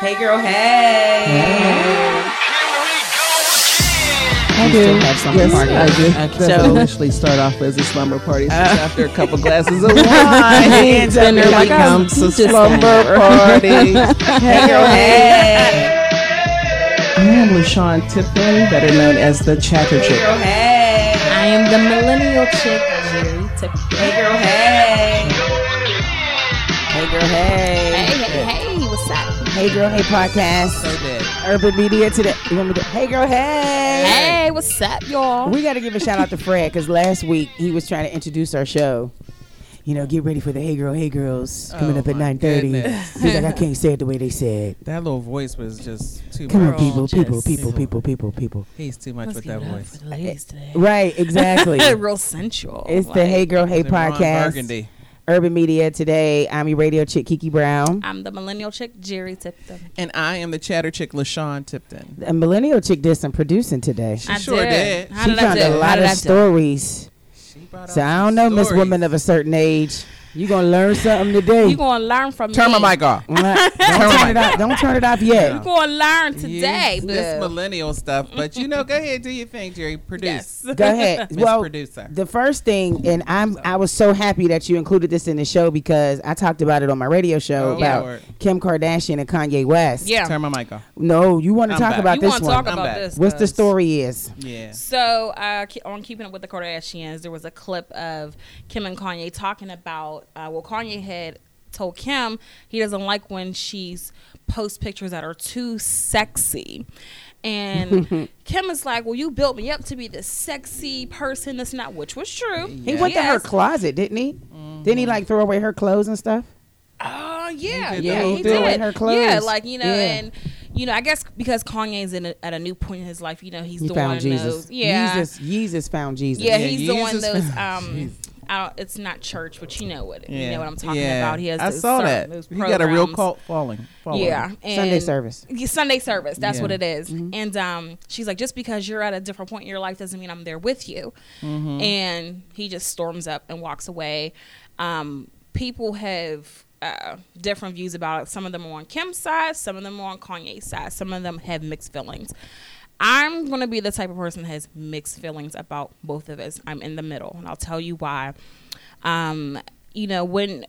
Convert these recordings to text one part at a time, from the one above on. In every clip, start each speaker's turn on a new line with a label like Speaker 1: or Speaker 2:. Speaker 1: Hey girl, hey.
Speaker 2: I do.
Speaker 3: still have something
Speaker 2: yes,
Speaker 3: party.
Speaker 2: I do.
Speaker 3: Okay.
Speaker 2: That's
Speaker 3: So-
Speaker 2: what I initially start off as a slumber party.
Speaker 4: Uh,
Speaker 2: So after a couple glasses of wine,
Speaker 3: And
Speaker 2: then
Speaker 3: dinner
Speaker 2: it
Speaker 3: becomes
Speaker 2: becomes a
Speaker 3: just
Speaker 2: slumber party. hey,
Speaker 1: Hey girl, hey.
Speaker 2: I am LaShawn Tiffin, better known as the Chatter
Speaker 1: Hey girl,
Speaker 2: Chick.
Speaker 1: hey.
Speaker 3: I am the millennial chick, Jerry Tiffany.
Speaker 1: Hey girl, hey. Hey girl, hey.
Speaker 3: Hey, hey, hey, what's up?
Speaker 1: Hey girl, hey podcast. Urban media today. You want me to? Hey girl, hey.
Speaker 3: Hey, what's up, y'all?
Speaker 1: We got to give a shout out to Fred because last week he was trying to introduce our show. You know, get ready for the Hey Girl, Hey Girls coming
Speaker 4: Oh,
Speaker 1: up at
Speaker 4: my
Speaker 1: 9.30.
Speaker 4: goodness.
Speaker 1: He's like, I can't say it the way they said.
Speaker 4: That little voice was just too
Speaker 1: Come on,
Speaker 4: much.
Speaker 1: people, people, people,
Speaker 4: People.
Speaker 1: people, people, people.
Speaker 4: He's too much with that voice.
Speaker 3: ladies today.
Speaker 1: Right, exactly.
Speaker 3: Real sensual.
Speaker 1: It's the Hey Girl, Hey
Speaker 4: The Ron
Speaker 1: podcast.
Speaker 4: Burgundy.
Speaker 1: Urban Media today. I'm your radio chick, Kiki Brown.
Speaker 3: I'm the millennial chick, Jerry Tipton.
Speaker 2: And I am the Chatter Chick, LaShawn Tipton.
Speaker 1: A millennial chick did some producing today.
Speaker 4: She sure did.
Speaker 3: How
Speaker 1: she
Speaker 3: did I
Speaker 1: found
Speaker 3: do?
Speaker 1: a
Speaker 3: How
Speaker 1: lot
Speaker 3: did
Speaker 1: of
Speaker 3: I do?
Speaker 1: stories.
Speaker 4: She brought
Speaker 1: So
Speaker 4: out
Speaker 1: I
Speaker 4: some
Speaker 1: don't know, Miss
Speaker 4: stories.
Speaker 1: Woman of a certain age. you going to learn something today.
Speaker 3: You gonna learn from
Speaker 2: Turn
Speaker 3: me.
Speaker 2: my mic off.
Speaker 1: Don't turn it off. Don't turn it off
Speaker 3: You
Speaker 1: yet.
Speaker 3: gonna learn today,
Speaker 4: Yes,
Speaker 3: boo.
Speaker 4: this millennial stuff, but you know, go ahead, do your thing, Jerry. Produce,
Speaker 3: Yes.
Speaker 1: Go ahead.
Speaker 4: Miss
Speaker 1: well,
Speaker 4: Producer.
Speaker 1: the first thing, and I'm I was so happy that you included this in the show because I talked about it on my radio show
Speaker 4: Oh,
Speaker 1: about
Speaker 4: Lord.
Speaker 1: Kim Kardashian and Kanye West.
Speaker 3: Yeah.
Speaker 4: Turn my mic off.
Speaker 1: No, you want to
Speaker 4: I'm
Speaker 1: talk
Speaker 4: back.
Speaker 1: about
Speaker 3: you
Speaker 1: this
Speaker 3: wanna
Speaker 1: one?
Speaker 3: talk
Speaker 4: I'm
Speaker 3: about
Speaker 4: back.
Speaker 3: this?
Speaker 1: What's the
Speaker 3: 'cause-
Speaker 1: story is?
Speaker 4: Yeah.
Speaker 3: So, uh, ke- on Keeping Up with the Kardashians, there was a clip of Kim and Kanye talking about, uh, well, Kanye had told Kim he doesn't like when she's posts pictures that are too sexy. And Kim is like, well, you built me up to be this sexy person. That's not which was true.
Speaker 1: He went to her
Speaker 3: Yes.
Speaker 1: closet, didn't he? Didn't he
Speaker 4: Mm-hmm.
Speaker 1: like throw away her clothes and stuff?
Speaker 3: Oh yeah,
Speaker 4: did
Speaker 3: yeah,
Speaker 4: that.
Speaker 3: he,
Speaker 4: He
Speaker 1: threw
Speaker 3: did.
Speaker 1: away her
Speaker 3: Yeah,
Speaker 1: clothes.
Speaker 3: like you know,
Speaker 1: Yeah.
Speaker 3: and you know, I guess because Kanye's in a, at a new point in his life, you know, he's
Speaker 1: He
Speaker 3: doing
Speaker 1: found Jesus.
Speaker 3: those. Yeah,
Speaker 1: Jesus, Jesus found Jesus.
Speaker 3: Yeah,
Speaker 4: Yeah,
Speaker 3: he's
Speaker 4: Jesus
Speaker 3: doing
Speaker 4: is-
Speaker 3: those. Um, I don't- it's not church, but you know what you
Speaker 4: Yeah.
Speaker 3: know what I'm talking
Speaker 4: Yeah.
Speaker 3: about. He has.
Speaker 4: I
Speaker 3: those
Speaker 4: saw that.
Speaker 3: certain- those
Speaker 4: He got a real
Speaker 3: programs.
Speaker 4: cult following. following.
Speaker 3: Yeah,
Speaker 1: Sunday
Speaker 3: and-
Speaker 1: service.
Speaker 3: Yeah, Sunday service. That's
Speaker 4: Yeah.
Speaker 3: what it is. And um, she's like, just because you're at a different point in your life doesn't mean I'm there with you. And he just storms up and walks away. Um, people have uh, different views about it. Some of them are on Kim's side, some of them are on Kanye's side, some of them have mixed feelings. I'm going to be the type of person that has mixed feelings about both of us. I'm in the middle, and I'll tell you why. Um, you know, when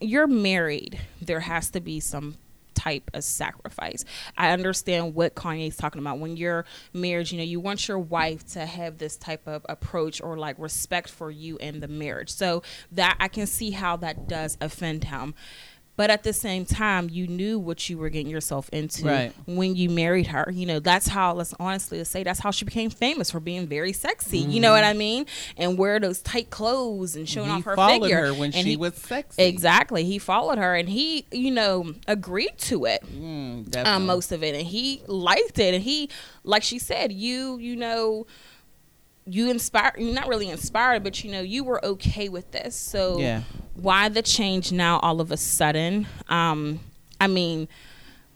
Speaker 3: you're married, there has to be some type of sacrifice. I understand what Kanye's talking about. When you're married, you know, you want your wife to have this type of approach or like respect for you and the marriage. So that I can see how that does offend him. But at the same time, you knew what you were getting yourself into
Speaker 4: Right.
Speaker 3: when you married her. You know, that's how, let's honestly say, that's how she became famous for being very sexy. You
Speaker 4: Mm.
Speaker 3: know what I mean? And wear those tight clothes and showing
Speaker 4: He
Speaker 3: off her
Speaker 4: followed
Speaker 3: figure.
Speaker 4: her when
Speaker 3: And
Speaker 4: she
Speaker 3: he-
Speaker 4: was sexy.
Speaker 3: Exactly. He followed her and he, you know, agreed to it.
Speaker 4: Mm,
Speaker 3: Um,
Speaker 4: definitely.
Speaker 3: most of it and he liked it and he like she said you you know you inspired not really inspired but you know you were okay with this so
Speaker 4: Yeah.
Speaker 3: why the change now all of a sudden um i mean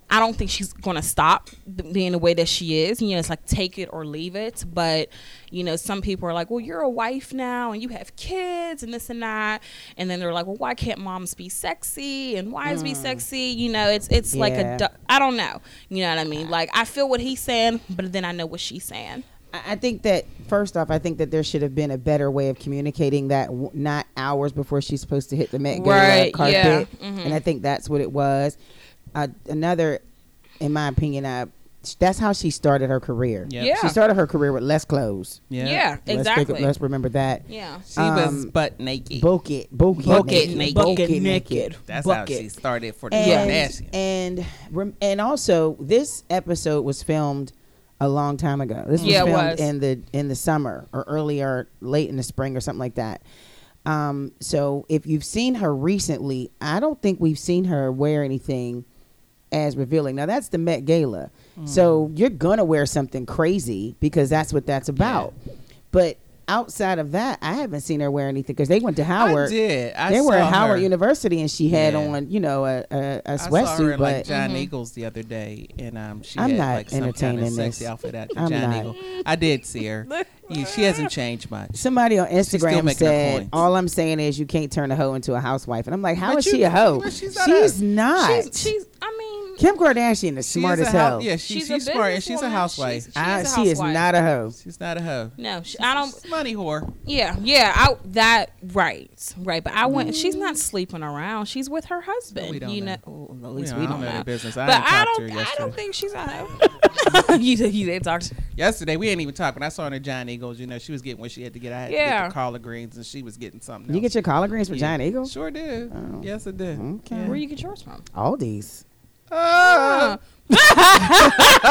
Speaker 3: i don't think she's gonna stop th- being the way that she is you know it's like take it or leave it but you know some people are like well you're a wife now and you have kids and this and that and then they're like well why can't moms be sexy and wives be sexy you know it's it's like
Speaker 1: Hmm. Yeah.
Speaker 3: a du- i don't know you know what i mean like i feel what he's saying but then i know what she's saying
Speaker 1: I I think that first off, I think that there should have been a better way of communicating that, w- not hours before she's supposed to hit the Met Gala
Speaker 3: Right,
Speaker 1: carpet.
Speaker 3: yeah, mhm.
Speaker 1: And I think that's what it was. Uh, another, in my opinion, uh, that's how she started her career.
Speaker 4: Yep.
Speaker 3: Yeah.
Speaker 1: She started her career with less clothes.
Speaker 4: Yeah.
Speaker 3: yeah
Speaker 1: Let's, think-
Speaker 3: exactly
Speaker 1: let's remember that.
Speaker 3: yeah
Speaker 4: She was
Speaker 1: Um,
Speaker 4: butt naked.
Speaker 1: Bucket, bucket,
Speaker 4: Bucket naked.
Speaker 1: bucket
Speaker 4: Bucket
Speaker 1: naked.
Speaker 4: That's how she
Speaker 1: bucket.
Speaker 4: started for the
Speaker 1: And,
Speaker 4: Kardashians.
Speaker 1: and rem- and also this episode was filmed a long time ago. This was
Speaker 3: Yeah, it
Speaker 1: filmed
Speaker 3: was.
Speaker 1: in the in the summer or earlier, late in the spring or something like that. Um, so if you've seen her recently, I don't think we've seen her wear anything as revealing. Now that's the Met Gala,
Speaker 4: Mm.
Speaker 1: so you're gonna wear something crazy because that's what that's about. But outside of that, I haven't seen her wear anything because they went to Howard
Speaker 4: I did. I
Speaker 1: they were
Speaker 4: saw
Speaker 1: at Howard
Speaker 4: her.
Speaker 1: University, and she had
Speaker 4: Yeah.
Speaker 1: on, you know, a, a, a
Speaker 4: I saw her
Speaker 1: sweatsuit. But
Speaker 4: in,
Speaker 1: mm.
Speaker 4: like John Eagles the other day, and um, she
Speaker 1: I'm
Speaker 4: had
Speaker 1: not
Speaker 4: like some kind
Speaker 1: entertaining
Speaker 4: of sexy
Speaker 1: this.
Speaker 4: outfit at the
Speaker 1: I'm
Speaker 4: John
Speaker 1: not.
Speaker 4: Eagle. I did see her. Yeah, she hasn't changed much.
Speaker 1: somebody on
Speaker 4: still
Speaker 1: Instagram
Speaker 4: making her
Speaker 1: said,
Speaker 4: points.
Speaker 1: "All I'm saying is you can't turn a hoe into a housewife." And I'm like, "How
Speaker 4: But
Speaker 1: is
Speaker 4: you-
Speaker 1: she a hoe?
Speaker 4: but she's not
Speaker 1: she's
Speaker 4: a-
Speaker 1: not.
Speaker 3: she's, she's i mean
Speaker 1: Kim Kardashian is
Speaker 4: She
Speaker 1: smart
Speaker 4: is
Speaker 1: as
Speaker 4: a hou-
Speaker 1: hell.
Speaker 4: yeah, she, she's,
Speaker 3: a
Speaker 4: smart and she's a
Speaker 3: businesswoman.
Speaker 4: housewife.
Speaker 3: She's-
Speaker 4: She's,
Speaker 3: she
Speaker 1: I-
Speaker 3: is a
Speaker 1: she is
Speaker 3: housewife.
Speaker 1: not a hoe.
Speaker 4: not a hoe.
Speaker 3: No, she, I don't.
Speaker 4: She's a money whore.
Speaker 3: Yeah, yeah. I that right, right. But I went. She's not sleeping around. She's with her husband.
Speaker 4: we don't
Speaker 3: you
Speaker 4: know.
Speaker 3: know. Oh, at least
Speaker 4: Yeah,
Speaker 3: we
Speaker 4: I
Speaker 3: don't,
Speaker 4: don't know
Speaker 3: know.
Speaker 4: their business. I
Speaker 3: but
Speaker 4: didn't
Speaker 3: I
Speaker 4: talk to
Speaker 3: don't.
Speaker 4: her
Speaker 3: I
Speaker 4: yesterday.
Speaker 3: don't think she's a hoe. you said you didn't talk. To her.
Speaker 4: Yesterday we didn't even talk. When I saw her in John Eagles, you know, she was getting what she had to get. I had to
Speaker 3: Yeah.
Speaker 4: get the collard greens, and she was getting something.
Speaker 1: You get your collard greens from
Speaker 4: Yeah.
Speaker 1: Giant Eagle?
Speaker 4: Sure did.
Speaker 1: Oh.
Speaker 4: Yes, it did.
Speaker 1: Okay.
Speaker 4: Yeah.
Speaker 3: Where you get yours from?
Speaker 1: All these.
Speaker 4: Oh,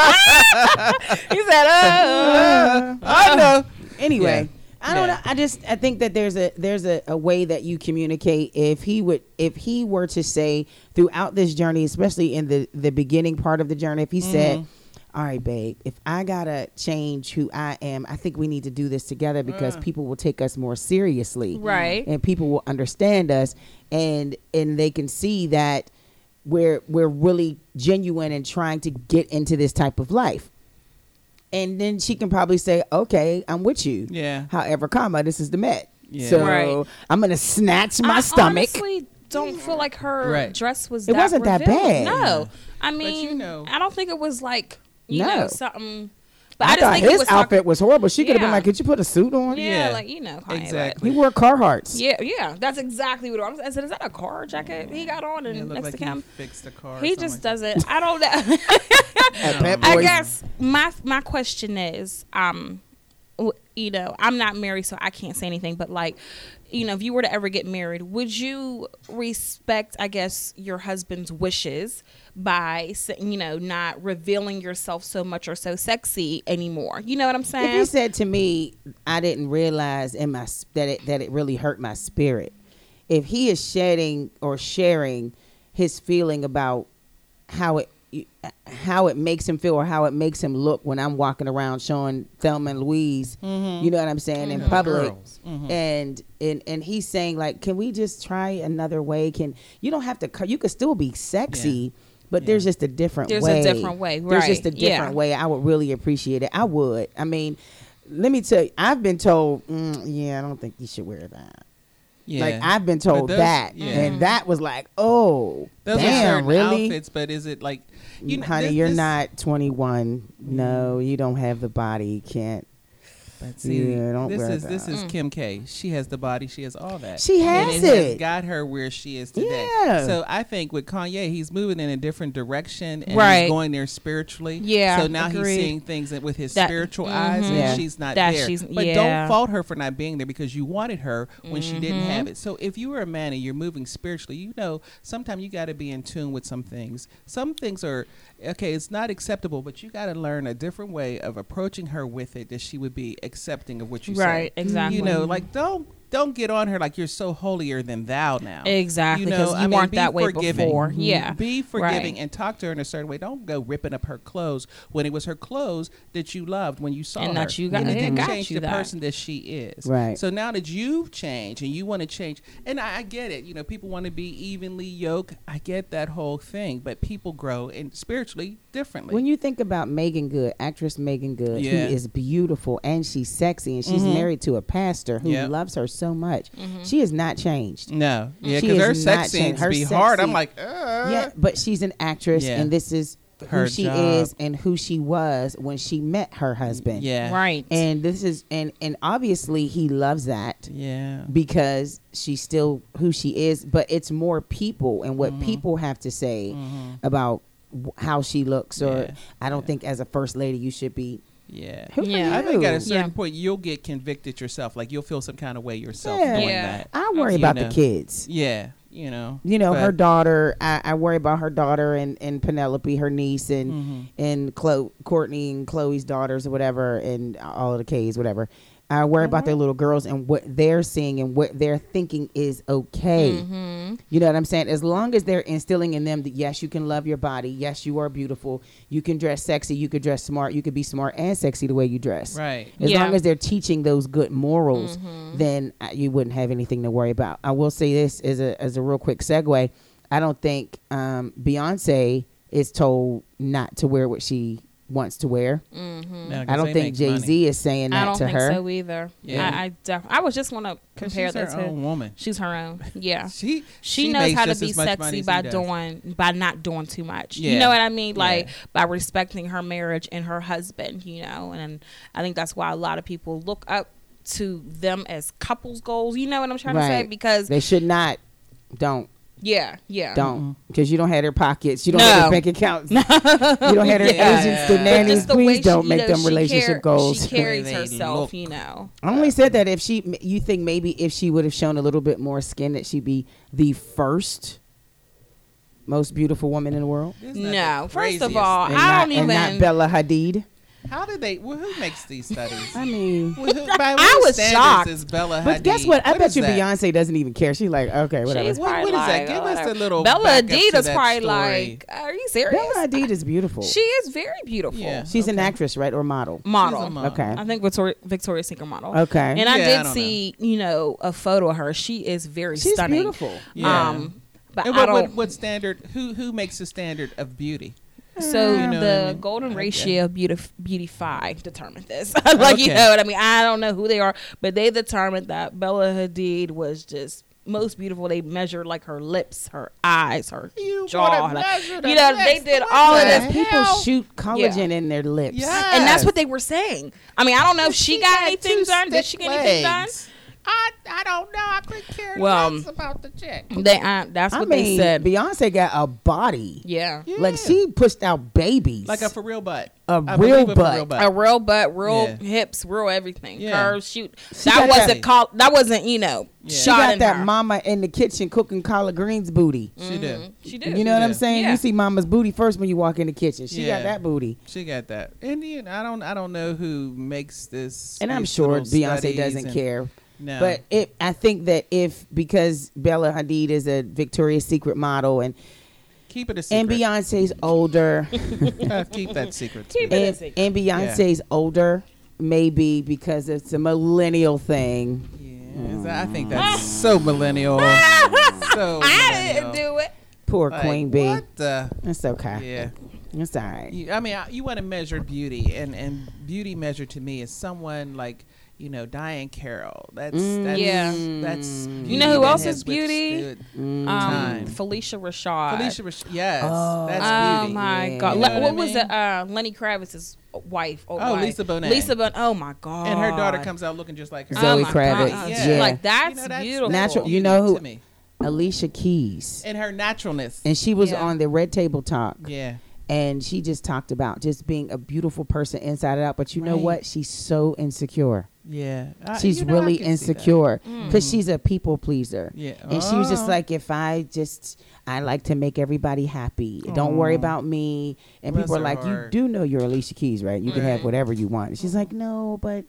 Speaker 3: He said, "Oh."
Speaker 4: I know.
Speaker 1: Anyway, I don't
Speaker 4: Yeah.
Speaker 1: know. I just I think that there's a there's a, a way that you communicate. If he would if he were to say throughout this journey, especially in the the beginning part of the journey, if he
Speaker 4: Mm-hmm.
Speaker 1: said, "All right, babe, if I gotta change who I am, I think we need to do this together because
Speaker 4: Mm.
Speaker 1: people will take us more seriously,
Speaker 3: Right.
Speaker 1: And people will understand us, and and they can see that." We're we're really genuine and trying to get into this type of life and then she can probably say, "Okay, I'm with you."
Speaker 4: Yeah.
Speaker 1: However, comma, this is the Met,
Speaker 4: Yeah.
Speaker 1: so
Speaker 3: Right.
Speaker 1: I'm gonna snatch my
Speaker 3: I
Speaker 1: stomach.
Speaker 3: honestly don't feel like her
Speaker 4: Right.
Speaker 3: dress was.
Speaker 1: It
Speaker 3: that
Speaker 1: wasn't that bad.
Speaker 3: revealing. No, I
Speaker 4: you
Speaker 3: mean,
Speaker 4: know.
Speaker 3: I don't think it was like you
Speaker 1: No.
Speaker 3: know something.
Speaker 1: I,
Speaker 3: But I, just
Speaker 1: thought
Speaker 3: think it
Speaker 1: his
Speaker 3: was talk-
Speaker 1: outfit was horrible. She could have been
Speaker 3: Yeah.
Speaker 1: like, "Could you put a suit on?"
Speaker 3: yeah,
Speaker 4: Yeah.
Speaker 3: like you know, Kanye,
Speaker 4: Exactly.
Speaker 1: He wore Carhartts.
Speaker 3: Yeah, yeah, that's exactly what I'm. I said, is that a car jacket he got on?
Speaker 4: It
Speaker 3: And
Speaker 4: looked
Speaker 3: next
Speaker 4: like
Speaker 3: to him,
Speaker 4: he fixed the car. or
Speaker 3: he
Speaker 4: something
Speaker 3: just
Speaker 4: like
Speaker 3: doesn't. I don't know.
Speaker 1: At Pep
Speaker 3: I
Speaker 1: Boys.
Speaker 3: guess my my question is, um, w- you know, I'm not married, so I can't say anything. But like, you know, if you were to ever get married, would you respect, I guess, your husband's wishes by, s- you know, not revealing yourself so much or so sexy anymore? You know what I'm
Speaker 1: If he
Speaker 3: saying?
Speaker 1: said to me, "I didn't realize in my s- that it that it really hurt my spirit," if he is shedding or sharing his feeling about how it how it makes him feel or how it makes him look when I'm walking around showing Thelma and Louise, you know what I'm saying, in public.
Speaker 4: girls.
Speaker 1: And and and he's saying like, can we just try another way? Can you don't have to cut you could still be sexy, but there's just a different
Speaker 3: There's a
Speaker 1: way.
Speaker 3: different way,
Speaker 1: There's just a
Speaker 3: right,
Speaker 1: different
Speaker 3: yeah.
Speaker 1: way. I would really appreciate it. I would. I mean, let me tell you, I've been told, mm, yeah, I don't think you should wear that.
Speaker 4: Yeah.
Speaker 1: Like I've been
Speaker 4: But
Speaker 1: told
Speaker 4: those-
Speaker 1: that,
Speaker 4: yeah.
Speaker 1: and that was like, oh,
Speaker 4: Those are
Speaker 1: damn,
Speaker 4: certain
Speaker 1: really?
Speaker 4: outfits, but is it like, you know,
Speaker 1: honey,
Speaker 4: this-
Speaker 1: you're
Speaker 4: this-
Speaker 1: not 21. No, you don't have the body. You can't.
Speaker 4: But see,
Speaker 1: Yeah, don't
Speaker 4: this
Speaker 1: wear
Speaker 4: is this
Speaker 1: that.
Speaker 3: Mm.
Speaker 4: is Kim K. She has the body. She has all that.
Speaker 1: She has
Speaker 4: and it,
Speaker 1: it.
Speaker 4: Has got her where she is today.
Speaker 1: Yeah.
Speaker 4: So I think with Kanye, he's moving in a different direction and
Speaker 3: Right.
Speaker 4: he's going there spiritually.
Speaker 3: Yeah,
Speaker 4: So now
Speaker 3: agreed.
Speaker 4: he's seeing things that, with his
Speaker 3: That- Mm-hmm.
Speaker 4: spiritual eyes, and
Speaker 1: Yeah.
Speaker 4: she's not
Speaker 3: That
Speaker 4: there.
Speaker 3: she's-
Speaker 4: but
Speaker 3: yeah. Mm-hmm.
Speaker 4: don't fault her for not being there because you wanted her when she didn't have it. So if you were a man and you're moving spiritually, you know sometimes you got to be in tune with some things. Some things are okay. It's not acceptable, but you got to learn a different way of approaching her with it that she would be accepting of what you say.
Speaker 3: Right, exactly.
Speaker 4: You know, like don't. Don't get on her like you're so holier than thou now.
Speaker 3: Exactly, 'cause you weren't that way before. Yeah,
Speaker 4: Mm-hmm. be
Speaker 3: right.
Speaker 4: forgiving and talk to her in a certain way. Don't go ripping up her clothes when it was her clothes that you loved when you saw
Speaker 3: And
Speaker 4: her.
Speaker 3: that you got-
Speaker 4: and it
Speaker 3: yeah,
Speaker 4: didn't
Speaker 3: got
Speaker 4: change
Speaker 3: you
Speaker 4: the
Speaker 3: that.
Speaker 4: person that she is.
Speaker 1: Right.
Speaker 4: So now that you've changed and you want to change, and I, I get it. You know, people want to be evenly yoked. I get that whole thing, but people grow and spiritually differently.
Speaker 1: When you think about Megan Good, actress Megan Good,
Speaker 4: Yeah.
Speaker 1: who is beautiful and she's sexy and
Speaker 3: Mm-hmm.
Speaker 1: she's married to a pastor who
Speaker 4: Yep.
Speaker 1: loves her so much, she has not changed.
Speaker 4: no, yeah,
Speaker 1: She
Speaker 4: because
Speaker 1: is
Speaker 4: her
Speaker 1: not
Speaker 4: sex
Speaker 1: changing.
Speaker 4: scenes
Speaker 1: Her
Speaker 4: be hard.
Speaker 1: sexy-
Speaker 4: I'm like, uh,
Speaker 1: yeah, but she's an actress,
Speaker 4: Yeah.
Speaker 1: and this is who
Speaker 4: Her
Speaker 1: she
Speaker 4: job.
Speaker 1: is and who she was when she met her husband.
Speaker 4: yeah,
Speaker 3: right.
Speaker 1: and this is and and obviously he loves that
Speaker 4: yeah,
Speaker 1: because she's still who she is but it's more people and
Speaker 4: Mm-hmm.
Speaker 1: what people have to say about w- how she looks or
Speaker 4: Yeah.
Speaker 1: i don't think as a first lady you should be
Speaker 4: yeah.
Speaker 1: who
Speaker 3: Yeah.
Speaker 1: are
Speaker 4: I think at a
Speaker 1: you?
Speaker 4: certain
Speaker 3: Yeah.
Speaker 4: point you'll get convicted yourself. Like you'll feel some kind of way yourself
Speaker 1: Yeah.
Speaker 4: doing
Speaker 3: Yeah.
Speaker 4: that.
Speaker 1: i worry
Speaker 4: You
Speaker 1: about the
Speaker 4: know.
Speaker 1: kids
Speaker 4: Yeah, you know.
Speaker 1: you know
Speaker 4: but-
Speaker 1: her daughter I, I worry about her daughter and, and penelope her niece and
Speaker 4: Mm-hmm.
Speaker 1: and Chloe, courtney and chloe's daughters or whatever and all of the k's whatever i worry about their little girls and what they're seeing and what they're thinking is okay
Speaker 3: Mm-hmm.
Speaker 1: you know what i'm saying as long as they're instilling in them that yes you can love your body yes you are beautiful you can dress sexy you could dress smart you could be smart and sexy the way you dress
Speaker 4: Right.
Speaker 1: as
Speaker 3: Yeah. Mm-hmm.
Speaker 1: long as they're teaching those good morals, then uh, you wouldn't have anything to worry about. I will say this as a as a real quick segue. I don't think um, Beyonce is told not to wear what she wants to wear.
Speaker 4: No, 'cause
Speaker 1: I
Speaker 4: they
Speaker 1: don't think
Speaker 4: make
Speaker 1: Jay
Speaker 4: money.
Speaker 1: Z is saying that
Speaker 3: Mm-hmm. I don't
Speaker 1: to
Speaker 3: think
Speaker 1: her.
Speaker 3: so either.
Speaker 4: Yeah.
Speaker 3: I, I definitely. I was just want to
Speaker 4: 'Cause
Speaker 3: compare
Speaker 4: she's
Speaker 3: that
Speaker 4: her
Speaker 3: to.
Speaker 4: own woman.
Speaker 3: She's her own. Yeah.
Speaker 4: She
Speaker 3: she, knows
Speaker 4: makes
Speaker 3: how to
Speaker 4: just
Speaker 3: be
Speaker 4: as much money
Speaker 3: sexy
Speaker 4: as
Speaker 3: by
Speaker 4: he does.
Speaker 3: doing by not doing too much.
Speaker 4: Yeah.
Speaker 3: You know what I mean? Like
Speaker 4: Yeah.
Speaker 3: by respecting her marriage and her husband, you know, and I think that's why a lot of people look up to them as couples goals. You know what I'm trying to say?
Speaker 1: Right.
Speaker 3: Because
Speaker 1: They should not. Don't
Speaker 3: yeah, yeah.
Speaker 1: don't because you don't have their pockets. You don't have
Speaker 3: Uh-uh. No.
Speaker 1: their bank accounts. You don't have their
Speaker 3: Yeah.
Speaker 1: agents, their
Speaker 4: But
Speaker 3: But
Speaker 1: nannies.
Speaker 3: just the way
Speaker 1: Please
Speaker 3: she-
Speaker 1: don't
Speaker 3: you
Speaker 1: make
Speaker 3: know,
Speaker 1: them
Speaker 3: she
Speaker 1: relationship
Speaker 3: car-
Speaker 1: goals.
Speaker 3: She carries
Speaker 4: They
Speaker 3: herself,
Speaker 4: look.
Speaker 3: you know.
Speaker 1: I only said that if she, you think maybe if she would have shown a little bit more skin, that she'd be the first most beautiful woman in the world,
Speaker 4: Isn't that the
Speaker 3: No, first
Speaker 4: craziest
Speaker 3: of all,
Speaker 1: and,
Speaker 3: I
Speaker 1: not,
Speaker 3: don't
Speaker 1: and
Speaker 3: even.
Speaker 1: not Bella Hadid.
Speaker 4: thing? how did they? Well, who makes these studies?
Speaker 1: I mean,
Speaker 4: Well, who- by
Speaker 3: I
Speaker 4: what
Speaker 3: was
Speaker 4: standards
Speaker 3: shocked.
Speaker 4: Is Bella
Speaker 1: but
Speaker 4: Hadid?
Speaker 1: guess what? I bet
Speaker 4: is
Speaker 1: you
Speaker 4: that?
Speaker 1: Beyonce doesn't even care. She's like, okay, whatever.
Speaker 3: She's
Speaker 4: What-
Speaker 3: probably
Speaker 4: what is that?
Speaker 3: like,
Speaker 4: Give us
Speaker 3: oh,
Speaker 4: a
Speaker 3: whatever.
Speaker 4: little
Speaker 3: Bella
Speaker 4: backup to
Speaker 3: Adidas
Speaker 4: that
Speaker 3: probably
Speaker 4: story.
Speaker 3: like, are you serious?
Speaker 1: Bella Hadid is beautiful.
Speaker 3: She is very beautiful.
Speaker 4: Yeah.
Speaker 1: She's an actress, right, or model?
Speaker 3: Model.
Speaker 4: She's a model.
Speaker 1: Okay.
Speaker 3: I think Victoria, Victoria's Secret model.
Speaker 1: Okay.
Speaker 3: And I
Speaker 4: Yeah, I
Speaker 3: did
Speaker 4: don't
Speaker 3: see, you know, a photo of her. She is very
Speaker 1: She's
Speaker 3: stunning.
Speaker 1: beautiful.
Speaker 4: Yeah.
Speaker 3: Um, but
Speaker 4: And
Speaker 3: I
Speaker 4: what,
Speaker 3: don't.
Speaker 4: what, what standard? Who who makes the standard of beauty?
Speaker 3: so
Speaker 4: You know what
Speaker 3: the
Speaker 4: I mean?
Speaker 3: golden
Speaker 4: Okay.
Speaker 3: ratio of beautif- beautify determined this. like you
Speaker 4: Okay.
Speaker 3: know what I mean. I don't know who they are, but they determined that Bella Hadid was just most beautiful. They measured like her lips, her eyes, her
Speaker 4: You
Speaker 3: jaw.
Speaker 4: wanna
Speaker 3: like-
Speaker 4: measure the
Speaker 3: you know, they
Speaker 4: lips,
Speaker 3: did
Speaker 4: what
Speaker 3: all of
Speaker 4: the
Speaker 3: this.
Speaker 4: heck?
Speaker 1: people
Speaker 4: hell?
Speaker 1: shoot collagen in their lips.
Speaker 4: Yeah.
Speaker 3: And that's
Speaker 4: Yes.
Speaker 3: what they were saying. I mean, I don't know if Oh, she, got
Speaker 4: had
Speaker 3: anything
Speaker 4: two
Speaker 3: done. Did
Speaker 4: stiff
Speaker 3: she get anything done?
Speaker 4: legs. I I don't know. I couldn't care
Speaker 3: Well,
Speaker 4: less about the chick.
Speaker 3: They, uh, that's
Speaker 1: I
Speaker 3: what
Speaker 1: mean,
Speaker 3: they said.
Speaker 1: Beyonce got a body.
Speaker 3: yeah.
Speaker 1: Like she pushed out babies.
Speaker 4: like a for real butt,
Speaker 1: A
Speaker 4: I
Speaker 1: real
Speaker 4: believe a for
Speaker 1: butt.
Speaker 4: real
Speaker 3: A real butt, real
Speaker 4: Yeah.
Speaker 3: hips, real everything.
Speaker 4: Yeah.
Speaker 3: Curves, shoot.
Speaker 1: got
Speaker 3: that
Speaker 4: that-
Speaker 3: wasn't call. That wasn't you know.
Speaker 4: Yeah.
Speaker 1: she
Speaker 3: shot
Speaker 1: got
Speaker 3: in
Speaker 1: that
Speaker 3: her.
Speaker 1: mama in the kitchen cooking collard greens booty.
Speaker 4: She did.
Speaker 3: She did.
Speaker 1: You know what I'm
Speaker 4: Yeah.
Speaker 1: saying?
Speaker 3: Yeah.
Speaker 1: You see mama's booty first when you walk in the kitchen. She
Speaker 4: Yeah.
Speaker 1: got that booty.
Speaker 4: She got that. And you know, I don't I don't know who makes this.
Speaker 1: And I'm
Speaker 4: these
Speaker 1: sure
Speaker 4: little
Speaker 1: Beyonce
Speaker 4: studies
Speaker 1: doesn't
Speaker 4: and-
Speaker 1: care.
Speaker 4: No.
Speaker 1: But it, I think that if because Bella Hadid is a Victoria's Secret model and
Speaker 4: keep it a secret.
Speaker 1: and Beyonce's older
Speaker 4: Uh, keep that secret.
Speaker 3: Keep
Speaker 4: sweetie.
Speaker 3: it.
Speaker 1: and,
Speaker 3: Basic.
Speaker 1: and Beyonce's older, maybe because it's a millennial thing.
Speaker 4: Yes, I think that's so millennial. so millennial.
Speaker 3: I Ah! didn't do it.
Speaker 1: Poor
Speaker 4: Like,
Speaker 1: Queen Bee.
Speaker 4: What the?
Speaker 1: It's
Speaker 3: Ah.
Speaker 1: okay.
Speaker 4: Yeah.
Speaker 1: It's all right.
Speaker 4: You, I mean, I- you want to measure beauty, and and beauty measured to me is someone like you know Diane Carroll. That's that's
Speaker 3: Mm, Yeah. Mm.
Speaker 4: that's
Speaker 3: You know who
Speaker 4: that
Speaker 3: else
Speaker 4: has
Speaker 3: is beauty?
Speaker 4: withstood
Speaker 3: Um,
Speaker 1: Mm-hmm.
Speaker 4: Time.
Speaker 3: Felicia Rashad.
Speaker 4: Felicia, Rich- yes,
Speaker 1: Oh.
Speaker 4: that's
Speaker 3: Oh
Speaker 4: beauty.
Speaker 3: my
Speaker 1: Yeah.
Speaker 3: God!
Speaker 4: You
Speaker 3: Le-
Speaker 4: know what
Speaker 3: what
Speaker 4: I
Speaker 3: was
Speaker 4: mean?
Speaker 3: it? Uh, Lenny Kravitz's wife. Oh,
Speaker 4: Oh,
Speaker 3: wife.
Speaker 4: Lisa Bonet.
Speaker 3: Lisa Bonet. Oh my God!
Speaker 4: And her daughter comes out looking just like her.
Speaker 1: Zoe
Speaker 3: oh my
Speaker 1: Kravitz,
Speaker 3: God.
Speaker 1: yeah.
Speaker 3: Like
Speaker 4: You
Speaker 3: that's,
Speaker 4: know, that's
Speaker 3: beautiful.
Speaker 1: Natural.
Speaker 4: beauty
Speaker 1: you know who-
Speaker 4: to me.
Speaker 1: Alicia Keys.
Speaker 4: And her naturalness.
Speaker 1: And she was
Speaker 3: Yeah.
Speaker 1: on the Red Table Talk.
Speaker 4: yeah.
Speaker 1: And she just talked about just being a beautiful person inside and out. But you know
Speaker 4: Right.
Speaker 1: what? She's so insecure.
Speaker 4: Yeah. I-
Speaker 1: She's
Speaker 4: you know, I
Speaker 1: really
Speaker 4: can see that.
Speaker 1: insecure because she's a people pleaser.
Speaker 4: Yeah.
Speaker 1: And she was just
Speaker 4: Oh.
Speaker 1: like, if I just, I like to make everybody happy. Don't worry about me. And
Speaker 4: Mm. Bless
Speaker 1: people are
Speaker 4: her
Speaker 1: like,
Speaker 4: heart.
Speaker 1: you do know you're Alicia Keys, right? You can have whatever you want. And she's like, no, but,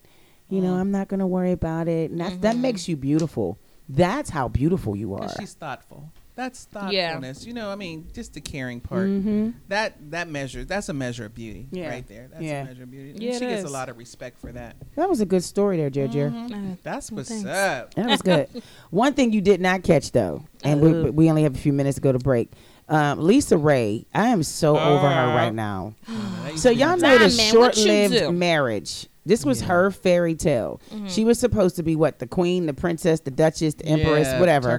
Speaker 1: you
Speaker 4: Mm.
Speaker 1: know, I'm not going to worry about it. And that's, that makes you beautiful. That's how beautiful you are.
Speaker 4: And Mm-hmm. she's thoughtful. That's thoughtfulness. You know, I mean, just the caring part.
Speaker 1: Mhm.
Speaker 4: That that measures. That's a measure of beauty,
Speaker 1: Yeah.
Speaker 4: right there. That's
Speaker 1: Yeah.
Speaker 4: a measure of beauty. And
Speaker 3: Yeah, it
Speaker 4: she gets a
Speaker 3: is.
Speaker 4: lot of respect for that.
Speaker 1: That was a good story there, Jer
Speaker 4: Mm-hmm.
Speaker 1: Jer.
Speaker 3: Uh,
Speaker 4: That's what's
Speaker 3: thanks.
Speaker 4: up.
Speaker 1: That was good. One thing you did not catch though, and we,
Speaker 3: Oh.
Speaker 1: we only have a few minutes to go to break. Um, Lisa Ray, I am so over
Speaker 4: Ah.
Speaker 1: her right now. So y'all know the
Speaker 3: Diamond, what you do? Mm-hmm.
Speaker 1: short-lived marriage. This was her fairy tale. She was supposed to be what the queen, the princess, the duchess, the empress,
Speaker 4: Yeah,
Speaker 1: whatever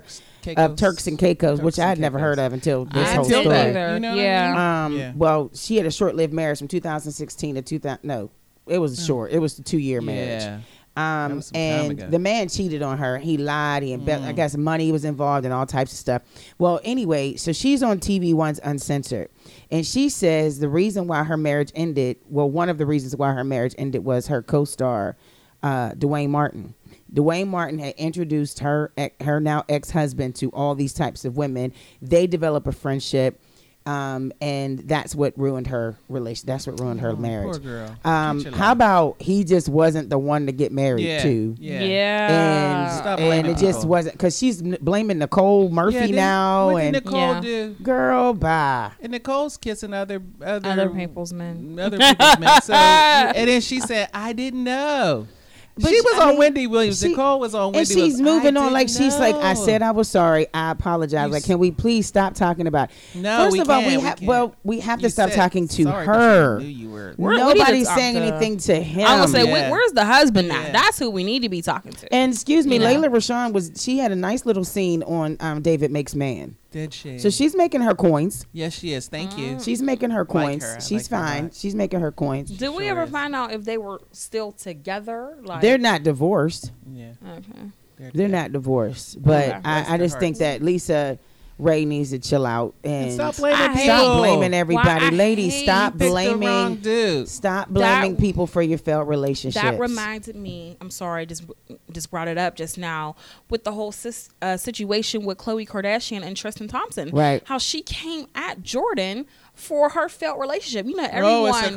Speaker 4: Turks,
Speaker 1: of Turks and Caicos,
Speaker 4: Turks
Speaker 1: which I
Speaker 4: and
Speaker 1: had never
Speaker 4: Caicos.
Speaker 1: heard of until this
Speaker 3: I
Speaker 1: whole
Speaker 3: didn't
Speaker 1: story.
Speaker 3: either.
Speaker 4: You know what I
Speaker 3: yeah.
Speaker 4: mean?
Speaker 1: Um,
Speaker 4: Yeah.
Speaker 1: Well, she had a short-lived marriage from 2016 to 2000. No, it was short. It was a two-year marriage.
Speaker 4: Mm. Yeah. That
Speaker 1: Um,
Speaker 4: was some time
Speaker 1: and
Speaker 4: ago.
Speaker 1: the man cheated on her. He lied. He embezzled. I guess money was involved and all types of stuff. Well, anyway, so she's on TV once uncensored, and she says the reason why her marriage ended. Well, one of the reasons why her marriage ended was her co-star, uh, Dwayne Martin. Dwayne Martin had introduced her ex- her now ex husband to all these types of women. They develop a friendship. Um, and that's what ruined her relation. That's what ruined her marriage.
Speaker 4: Poor girl.
Speaker 1: Um,
Speaker 4: Teach her
Speaker 1: how
Speaker 4: life.
Speaker 1: about he just wasn't the one to get married
Speaker 4: yeah.
Speaker 1: to?
Speaker 4: Yeah.
Speaker 1: And,
Speaker 3: Yeah.
Speaker 4: Stop
Speaker 1: and
Speaker 4: blaming
Speaker 1: it just
Speaker 4: people.
Speaker 1: wasn't because she's n- blaming Nicole Murphy
Speaker 4: Yeah, did-
Speaker 1: now.
Speaker 4: What did
Speaker 1: And
Speaker 4: Nicole
Speaker 3: Yeah.
Speaker 4: do?
Speaker 1: girl, bye.
Speaker 4: And Nicole's kissing other other
Speaker 3: Other people's men.
Speaker 4: Other people's men. So, and then she said, "I didn't know."
Speaker 1: but
Speaker 4: she was
Speaker 1: I
Speaker 4: on
Speaker 1: mean,
Speaker 4: Wendy Williams.
Speaker 1: she-
Speaker 4: Nicole was on Wendy
Speaker 1: and she's
Speaker 4: Williams.
Speaker 1: moving
Speaker 4: I
Speaker 1: on like
Speaker 4: didn't
Speaker 1: she's like I
Speaker 4: know.
Speaker 1: said I was sorry I apologize
Speaker 4: You
Speaker 1: like
Speaker 4: s-
Speaker 1: can we please stop talking about
Speaker 4: No,
Speaker 1: first
Speaker 4: we
Speaker 1: of all
Speaker 4: can't,
Speaker 1: we
Speaker 4: we
Speaker 1: have
Speaker 4: can't.
Speaker 1: well we have to
Speaker 4: You
Speaker 1: stop
Speaker 4: said
Speaker 1: talking to
Speaker 4: sorry, but she
Speaker 1: her
Speaker 4: knew you were-
Speaker 3: We're- we need to
Speaker 1: nobody's
Speaker 3: talk
Speaker 1: saying
Speaker 3: to-
Speaker 1: anything to him
Speaker 3: I was gonna say,
Speaker 4: Yeah.
Speaker 3: wh- where's the husband now?
Speaker 4: Yeah.
Speaker 3: That's who we need to be talking to.
Speaker 1: and excuse me
Speaker 3: You know.
Speaker 1: Layla Rashawn was she had a nice little scene on um, David Makes Man
Speaker 4: Did she?
Speaker 1: so she's making her coins
Speaker 4: Yes, she is. Thank you.
Speaker 1: she's making her coins
Speaker 4: Mm-hmm. her. I
Speaker 1: she's
Speaker 4: like her a
Speaker 1: fine
Speaker 4: lot.
Speaker 1: she's making her coins
Speaker 3: Did we
Speaker 4: sure
Speaker 3: ever
Speaker 4: is.
Speaker 3: find out if they were still together? Like
Speaker 1: they're not divorced
Speaker 4: yeah.
Speaker 3: Okay.
Speaker 1: They're not divorced, but
Speaker 3: Okay.
Speaker 1: I, I just
Speaker 4: her.
Speaker 1: think that Lisa Ray needs to chill out and,
Speaker 4: And stop blaming
Speaker 3: I
Speaker 4: people.
Speaker 3: hate-
Speaker 1: stop blaming everybody.
Speaker 3: Why I
Speaker 1: Ladies,
Speaker 3: hate
Speaker 1: stop
Speaker 4: You picked the wrong
Speaker 1: blaming
Speaker 4: dude.
Speaker 1: stop blaming
Speaker 3: That-
Speaker 1: people for your failed relationships.
Speaker 3: That reminded me. I'm sorry, I just just brought it up just now with the whole sis, uh, situation with Khloe Kardashian and Tristan Thompson.
Speaker 1: Right.
Speaker 3: How she came at Jordan for her failed relationship. You know,
Speaker 4: Oh,
Speaker 3: everyone.
Speaker 4: it's a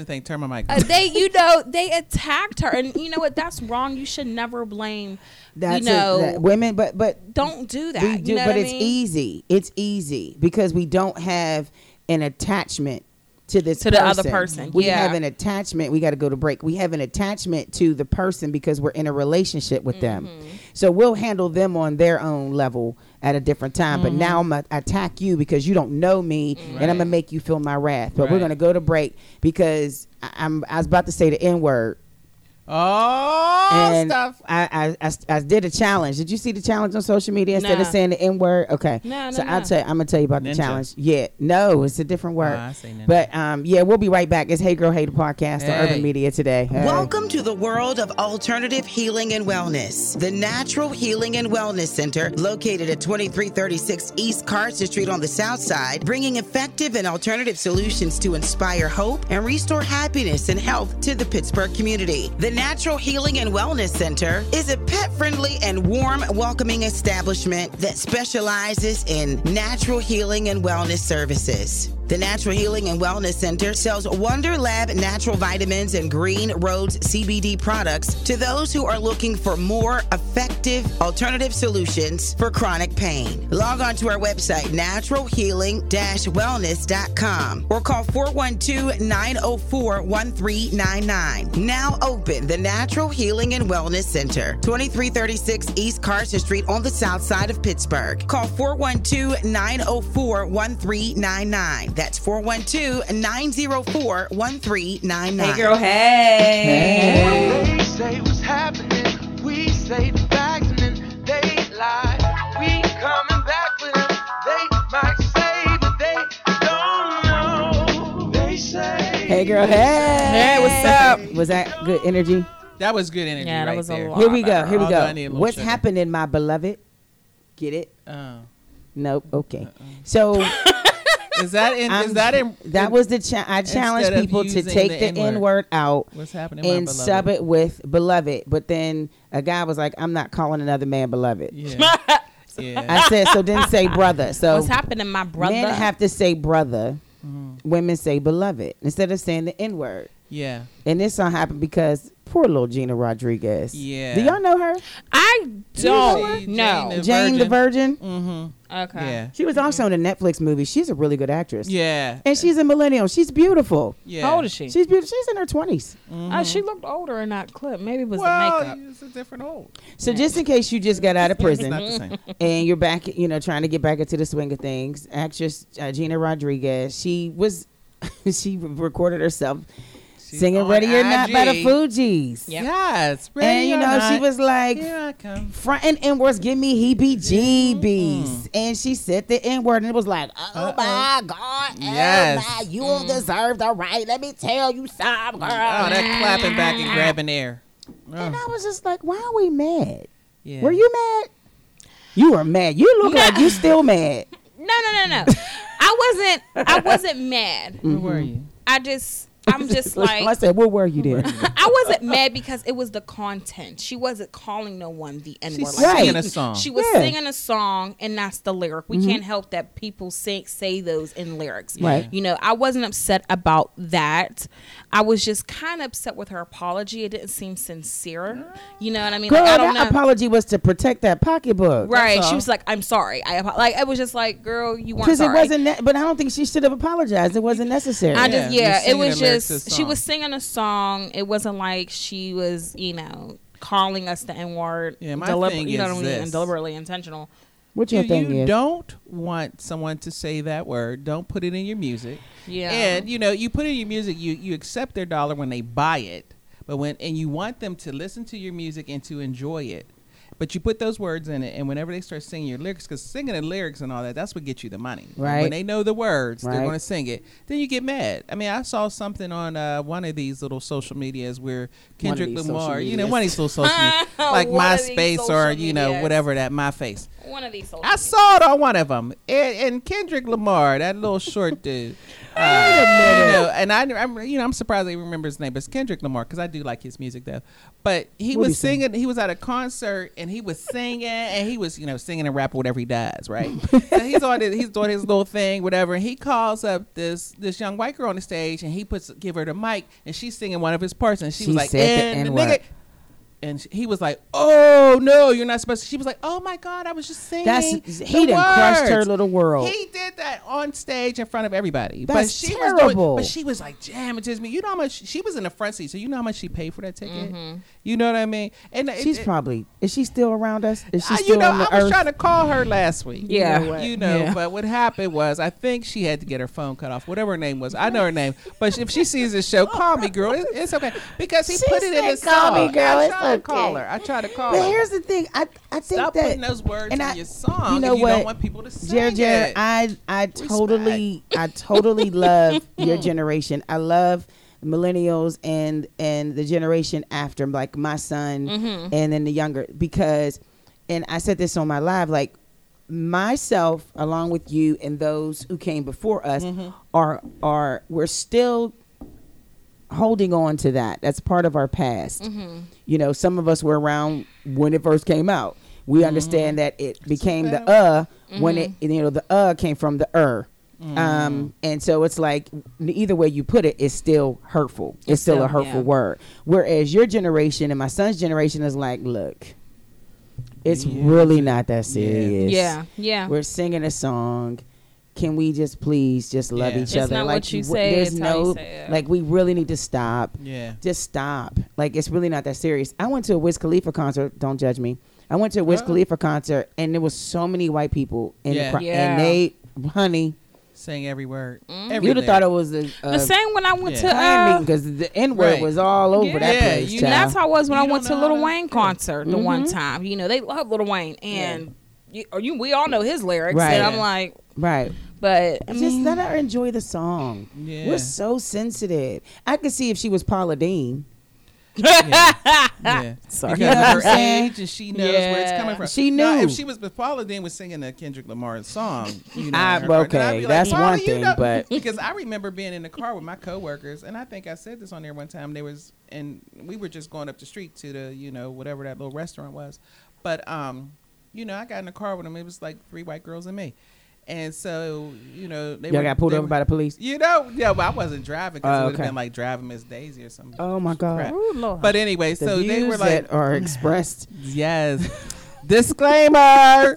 Speaker 4: Kardashian thing. Turn my mic.
Speaker 3: uh,
Speaker 4: on.
Speaker 3: they, you know, they attacked her, and you know what? That's wrong. You should never blame.
Speaker 1: That's
Speaker 3: you know,
Speaker 1: it. That- women, but but
Speaker 3: don't do that.
Speaker 1: we
Speaker 3: you
Speaker 1: do,
Speaker 3: know
Speaker 1: but
Speaker 3: what I
Speaker 1: it's
Speaker 3: mean?
Speaker 1: easy. It's easy because we don't have an attachment to this
Speaker 3: To the other person,
Speaker 1: We
Speaker 3: yeah.
Speaker 1: have an attachment. We got to go to break. We have an attachment to the person because we're in a relationship with
Speaker 3: Mm-hmm.
Speaker 1: them. So we'll handle them on their own level at a different time. But now
Speaker 3: Mm-hmm.
Speaker 1: I'm gonna attack you because you don't know me, and I'm gonna make you feel my wrath. But we're
Speaker 4: Right.
Speaker 1: gonna go to break because I, I'm. I was about to say the N word.
Speaker 4: Oh,
Speaker 1: And
Speaker 4: stuff.
Speaker 1: I, I, I, I did a challenge. Did you see the challenge on social media instead of
Speaker 3: Nah.
Speaker 1: saying the N word? Okay.
Speaker 3: No, no,
Speaker 1: So I'll
Speaker 3: no.
Speaker 1: tell, I'm going to tell you about
Speaker 4: Ninja. Oh,
Speaker 1: the challenge. Yeah. No, it's a different word.
Speaker 4: I say ninja.
Speaker 1: but um, yeah, we'll be right back. It's Hey Girl, Hey the podcast on
Speaker 4: Hey.
Speaker 1: Urban Media today. Hey.
Speaker 5: Welcome to the world of alternative healing and wellness. The Natural Healing and Wellness Center, located at 2336 East Carson Street on the South Side, bringing effective and alternative solutions to inspire hope and restore happiness and health to the Pittsburgh community. The Natural Healing and Wellness Center is a pet friendly and warm, welcoming establishment that specializes in natural healing and wellness services. The Natural Healing and Wellness Center sells Wonder Lab natural vitamins and Green Roads CBD products to those who are looking for more effective alternative solutions for chronic pain. Log on to our website, naturalhealing-wellness.com, or call 412-904-1399. Now open the Natural Healing and Wellness Center, 2336 East Carson Street on the south side of Pittsburgh. Call 412-904-1399. E. That's 412-904-1399.
Speaker 3: Hey, girl. Hey.
Speaker 6: They say what's happening. We say the facts and then they lie. We coming back for them. They might say, but they don't know. They say.
Speaker 1: Hey Girl, Hey. Hey,
Speaker 3: what's up?
Speaker 1: Was that good energy?
Speaker 4: That was good energy.
Speaker 3: Yeah, that
Speaker 4: right
Speaker 3: was a
Speaker 4: there.
Speaker 3: lot.
Speaker 1: Here we go. Here we
Speaker 4: Although I need a
Speaker 1: go.
Speaker 4: little
Speaker 1: What's
Speaker 4: sugar.
Speaker 1: happening, my beloved? Get it?
Speaker 4: Oh.
Speaker 1: Nope. Okay.
Speaker 4: Uh-uh.
Speaker 1: So
Speaker 4: Is that in?
Speaker 1: I'm-
Speaker 4: is that in?
Speaker 1: that was the cha- I challenged
Speaker 4: instead of
Speaker 1: people to
Speaker 4: using
Speaker 1: take
Speaker 4: the
Speaker 1: the
Speaker 4: N-word.
Speaker 1: N word out.
Speaker 4: What's happening? my
Speaker 1: and
Speaker 4: beloved?
Speaker 1: sub it with beloved. But then a guy was like, I'm not calling another man beloved.
Speaker 4: Yeah. yeah.
Speaker 1: I said, so then say brother. So
Speaker 3: What's happening, my brother?
Speaker 1: men have to say brother,
Speaker 4: Mm-hmm.
Speaker 1: women say beloved instead of saying the N word.
Speaker 4: Yeah.
Speaker 1: And this all happened because poor little Gina Rodriguez.
Speaker 4: Yeah.
Speaker 1: Do y'all know her?
Speaker 3: I
Speaker 4: She-
Speaker 3: don't
Speaker 4: Jane
Speaker 3: know.
Speaker 4: the
Speaker 1: Jane the Virgin.
Speaker 4: Mm-hmm.
Speaker 3: Okay.
Speaker 4: Yeah.
Speaker 1: She was also in a Netflix movie. She's a really good actress.
Speaker 4: Yeah.
Speaker 1: And she's a millennial. She's beautiful.
Speaker 4: yeah.
Speaker 3: How old is she?
Speaker 1: She's beautiful. She's in her 20s.
Speaker 3: Uh, she looked older in that clip. Maybe it was the
Speaker 4: Well,
Speaker 3: makeup.
Speaker 4: it's a different old.
Speaker 1: So just in case you just got out of
Speaker 4: It's
Speaker 1: prison,
Speaker 4: not the same.
Speaker 1: and you're back, you know, trying to get back into the swing of things. Actress uh, Gina Rodriguez, she was, she recorded herself
Speaker 4: She's
Speaker 1: singing
Speaker 4: on
Speaker 1: "Ready or Not" by the
Speaker 4: IG.
Speaker 1: Fugees.
Speaker 3: Yeah.
Speaker 4: Yes.
Speaker 1: And
Speaker 4: Ready
Speaker 1: you
Speaker 4: or
Speaker 1: know, she
Speaker 4: not,
Speaker 1: was like
Speaker 4: Here I come.
Speaker 1: fronting inwards, give me heebie-jeebies, and she said the n-word, and it was like, oh
Speaker 4: Mm-hmm. Uh-oh.
Speaker 1: my god,
Speaker 4: Yes. Mm-hmm.
Speaker 1: yes. you don't deserve the right. Let me tell you something, girl.
Speaker 4: Oh, that clapping back and grabbing air.
Speaker 1: And
Speaker 4: Oh,
Speaker 1: I was just like, why are we mad?
Speaker 4: yeah.
Speaker 1: Were you mad? You were mad. You look like you still mad.
Speaker 3: No, no, no, no. I wasn't. I wasn't mad.
Speaker 4: Where were you?
Speaker 3: I just. I'm just
Speaker 1: I
Speaker 3: Mm. like.
Speaker 1: said, "What were you doing?"
Speaker 3: I wasn't mad because it was the content. She wasn't calling no one the N word.
Speaker 4: She's
Speaker 1: Right.
Speaker 4: singing a song.
Speaker 3: She was
Speaker 1: Yeah.
Speaker 3: singing a song, and that's the lyric. We can't help that people sing, say those in lyrics.
Speaker 1: Right.
Speaker 3: You know, I wasn't upset about that. I was just kind of upset with her apology. It didn't seem sincere. You know what I mean?
Speaker 1: Girl,
Speaker 3: like, I
Speaker 1: that
Speaker 3: don't know.
Speaker 1: apology was to protect that pocketbook.
Speaker 3: right.
Speaker 4: all.
Speaker 3: She was like, "I'm sorry." I apo-. like. I was just like, "Girl, you weren't
Speaker 1: Because it
Speaker 3: sorry."
Speaker 1: wasn't, ne- but I don't think she should have apologized. It wasn't necessary.
Speaker 3: I
Speaker 4: Yeah,
Speaker 3: just
Speaker 4: you're
Speaker 3: yeah, it
Speaker 4: singing
Speaker 3: was
Speaker 4: the lyrics to a
Speaker 3: just she
Speaker 4: song.
Speaker 3: was singing a song. It wasn't like she was, you know, calling us the N word.
Speaker 4: Yeah, my thing
Speaker 3: you know
Speaker 4: is
Speaker 3: what I mean, and
Speaker 4: this.
Speaker 3: deliberately intentional.
Speaker 1: What
Speaker 4: you,
Speaker 1: your thing
Speaker 4: you
Speaker 1: is?
Speaker 4: don't want someone to say that word. Don't put it in your music.
Speaker 3: Yeah.
Speaker 4: And you know, you put it in your music, you you accept their dollar when they buy it, but when and you want them to listen to your music and to enjoy it. But you put those words in it, and whenever they start singing your lyrics, because singing the lyrics and all that, that's what gets you the money.
Speaker 1: Right.
Speaker 4: When they know the words, they're
Speaker 1: Right.
Speaker 4: going to sing it. Then you get mad. I mean, I saw something on uh, one of these little social medias where
Speaker 1: of
Speaker 4: Kendrick
Speaker 1: these social
Speaker 4: Lamar, you know,
Speaker 1: medias.
Speaker 4: one of these little social media, like
Speaker 3: One of these
Speaker 4: MySpace or,
Speaker 3: social
Speaker 4: you know,
Speaker 3: medias.
Speaker 4: whatever that, MyFace.
Speaker 3: One of these. social
Speaker 4: I saw it on one of them, and, and Kendrick Lamar, that little short dude. Uh, you know, and I, I'm, you know, I'm surprised I even remember his name, but it's Kendrick Lamar because I do like his music though. But
Speaker 1: What'd he
Speaker 4: he was
Speaker 1: sing?
Speaker 4: singing. He was at a concert and he was singing and he was, you know, singing and rapping whatever he does, right? so he's on, his, he's doing his little thing, whatever. And he calls up this this young white girl on the stage and he puts give her the mic and she's singing one of his parts and she,
Speaker 1: She
Speaker 4: was like,
Speaker 1: said the
Speaker 4: and the
Speaker 1: N-word."
Speaker 4: nigga. And sh- he was like, "Oh no, you're not supposed." to. She was like, "Oh my God, I was just singing."
Speaker 1: That's-
Speaker 4: the
Speaker 1: he done crushed her
Speaker 4: words."
Speaker 1: little world.
Speaker 4: He did that on stage in front of everybody. but
Speaker 1: That's
Speaker 4: she Was
Speaker 1: terrible.
Speaker 4: doing, but she was like jamming to me. You know how much she was in the front seat, so you know how much she paid for that ticket. You know what I mean? And it-
Speaker 1: Mm-hmm. She's
Speaker 4: it-
Speaker 1: probably. Is she still around us? Is she
Speaker 4: I-
Speaker 1: still
Speaker 4: you know,
Speaker 1: on the
Speaker 4: I was
Speaker 1: earth?
Speaker 4: trying to call her last week.
Speaker 3: Yeah.
Speaker 4: you know,
Speaker 3: what?
Speaker 4: you know,
Speaker 3: Yeah.
Speaker 4: but what happened was I think she had to get her phone cut off. Whatever her name was, I know her name. But if she sees this show, call me, girl. It's, it's okay because he
Speaker 1: She
Speaker 4: put it in
Speaker 1: said,
Speaker 4: his
Speaker 1: "Call me,
Speaker 4: song.
Speaker 1: girl.
Speaker 4: I
Speaker 1: It's
Speaker 4: tried to call
Speaker 1: okay."
Speaker 4: her. I tried to call
Speaker 1: But
Speaker 4: her.
Speaker 1: here's the thing. I I think
Speaker 4: Stop
Speaker 1: that
Speaker 4: putting those words
Speaker 1: and
Speaker 4: in
Speaker 1: I-
Speaker 4: your song.
Speaker 1: you know
Speaker 4: if you
Speaker 1: what?
Speaker 4: don't want people to sing
Speaker 1: Jer Jer,
Speaker 4: it.
Speaker 1: I I totally I totally love your generation. I love millennials and and the generation after, like my son
Speaker 4: Mm-hmm.
Speaker 1: and then the younger because and I said this on my live, like myself along with you and those who came before us
Speaker 4: Mm-hmm.
Speaker 1: are are we're still holding on to that. That's part of our past.
Speaker 3: Mm-hmm.
Speaker 1: You know, some of us were around when it first came out. We
Speaker 3: Mm-hmm.
Speaker 1: understand that it became the uh when it you know the uh came from the er. Um, and so it's like n- either way you put it, it's still hurtful. It's, still, a
Speaker 3: still-
Speaker 1: hurtful
Speaker 3: yeah.
Speaker 1: word. Whereas your generation and my son's generation is like, look, it's really not that serious.
Speaker 3: Yeah, yeah.
Speaker 1: We're singing a song. Can we just please just love
Speaker 4: Yeah.
Speaker 1: each
Speaker 3: It's
Speaker 1: other?
Speaker 3: not
Speaker 1: like
Speaker 3: what you
Speaker 1: w-
Speaker 3: say,
Speaker 1: there's
Speaker 3: it's how you
Speaker 1: no
Speaker 3: say it.
Speaker 1: like we really need to stop.
Speaker 4: Yeah.
Speaker 1: Just stop. Like it's really not that serious. I went to a Wiz Khalifa concert. Don't judge me. I went to a Wiz Khalifa concert and there was so many white people in
Speaker 4: Yeah.
Speaker 1: the crowd,
Speaker 3: Yeah.
Speaker 1: and they, honey,
Speaker 4: Sing every word.
Speaker 1: you'd have thought it was a,
Speaker 3: the
Speaker 1: a
Speaker 3: same when I went
Speaker 4: uh, yeah.
Speaker 3: to
Speaker 1: time
Speaker 3: uh,
Speaker 1: meeting because the N word
Speaker 4: Right.
Speaker 1: was all over
Speaker 3: Yeah.
Speaker 1: that
Speaker 4: Yeah,
Speaker 1: place.
Speaker 4: you-
Speaker 3: And
Speaker 1: child.
Speaker 3: that's how it was when
Speaker 4: You
Speaker 3: I went
Speaker 4: don't
Speaker 3: to
Speaker 4: know
Speaker 3: Little
Speaker 4: how to- Mm-hmm.
Speaker 3: Wayne concert the one time. You know, they love Little Wayne, and you, or you, we all know his lyrics.
Speaker 1: Right.
Speaker 3: And I'm like,
Speaker 1: right.
Speaker 3: but mm. I
Speaker 1: just
Speaker 3: mean,
Speaker 1: let her enjoy the song.
Speaker 4: Yeah.
Speaker 1: We're so sensitive. I could see if she was Paula Dean.
Speaker 4: Yeah.
Speaker 1: Ah, Sorry. You know what
Speaker 4: Because
Speaker 1: I'm
Speaker 4: of her
Speaker 1: saying?
Speaker 4: age and she knows where it's
Speaker 3: Yeah.
Speaker 4: coming from.
Speaker 1: She
Speaker 4: Now,
Speaker 1: knew.
Speaker 4: if she was but Paula Dean was singing a Kendrick Lamar song, you know.
Speaker 1: I-
Speaker 4: in her part, then I'd
Speaker 1: Ah, okay,
Speaker 4: be
Speaker 1: that's
Speaker 4: "Paula,
Speaker 1: one
Speaker 4: you
Speaker 1: thing,
Speaker 4: know-"
Speaker 1: but-
Speaker 4: because I remember being in the car with my coworkers and I think I said this on there one time, they was and we were just going up the street to the, you know, whatever that little restaurant was. But um, you know, I got in the car with them, it was like three white girls and me. And so, you know, they
Speaker 1: Y'all
Speaker 4: were-
Speaker 1: got pulled
Speaker 4: they
Speaker 1: over
Speaker 4: were-
Speaker 1: by the police.
Speaker 4: you know, yeah, but I wasn't driving because
Speaker 1: Oh,
Speaker 4: it would have
Speaker 1: okay.
Speaker 4: been like driving Miss Daisy or something.
Speaker 1: Oh my God.
Speaker 4: Crap.
Speaker 3: Ooh, Lord.
Speaker 4: But anyway,
Speaker 1: The
Speaker 4: so they were
Speaker 1: views
Speaker 4: like,
Speaker 1: that are expressed.
Speaker 4: yes. Disclaimer.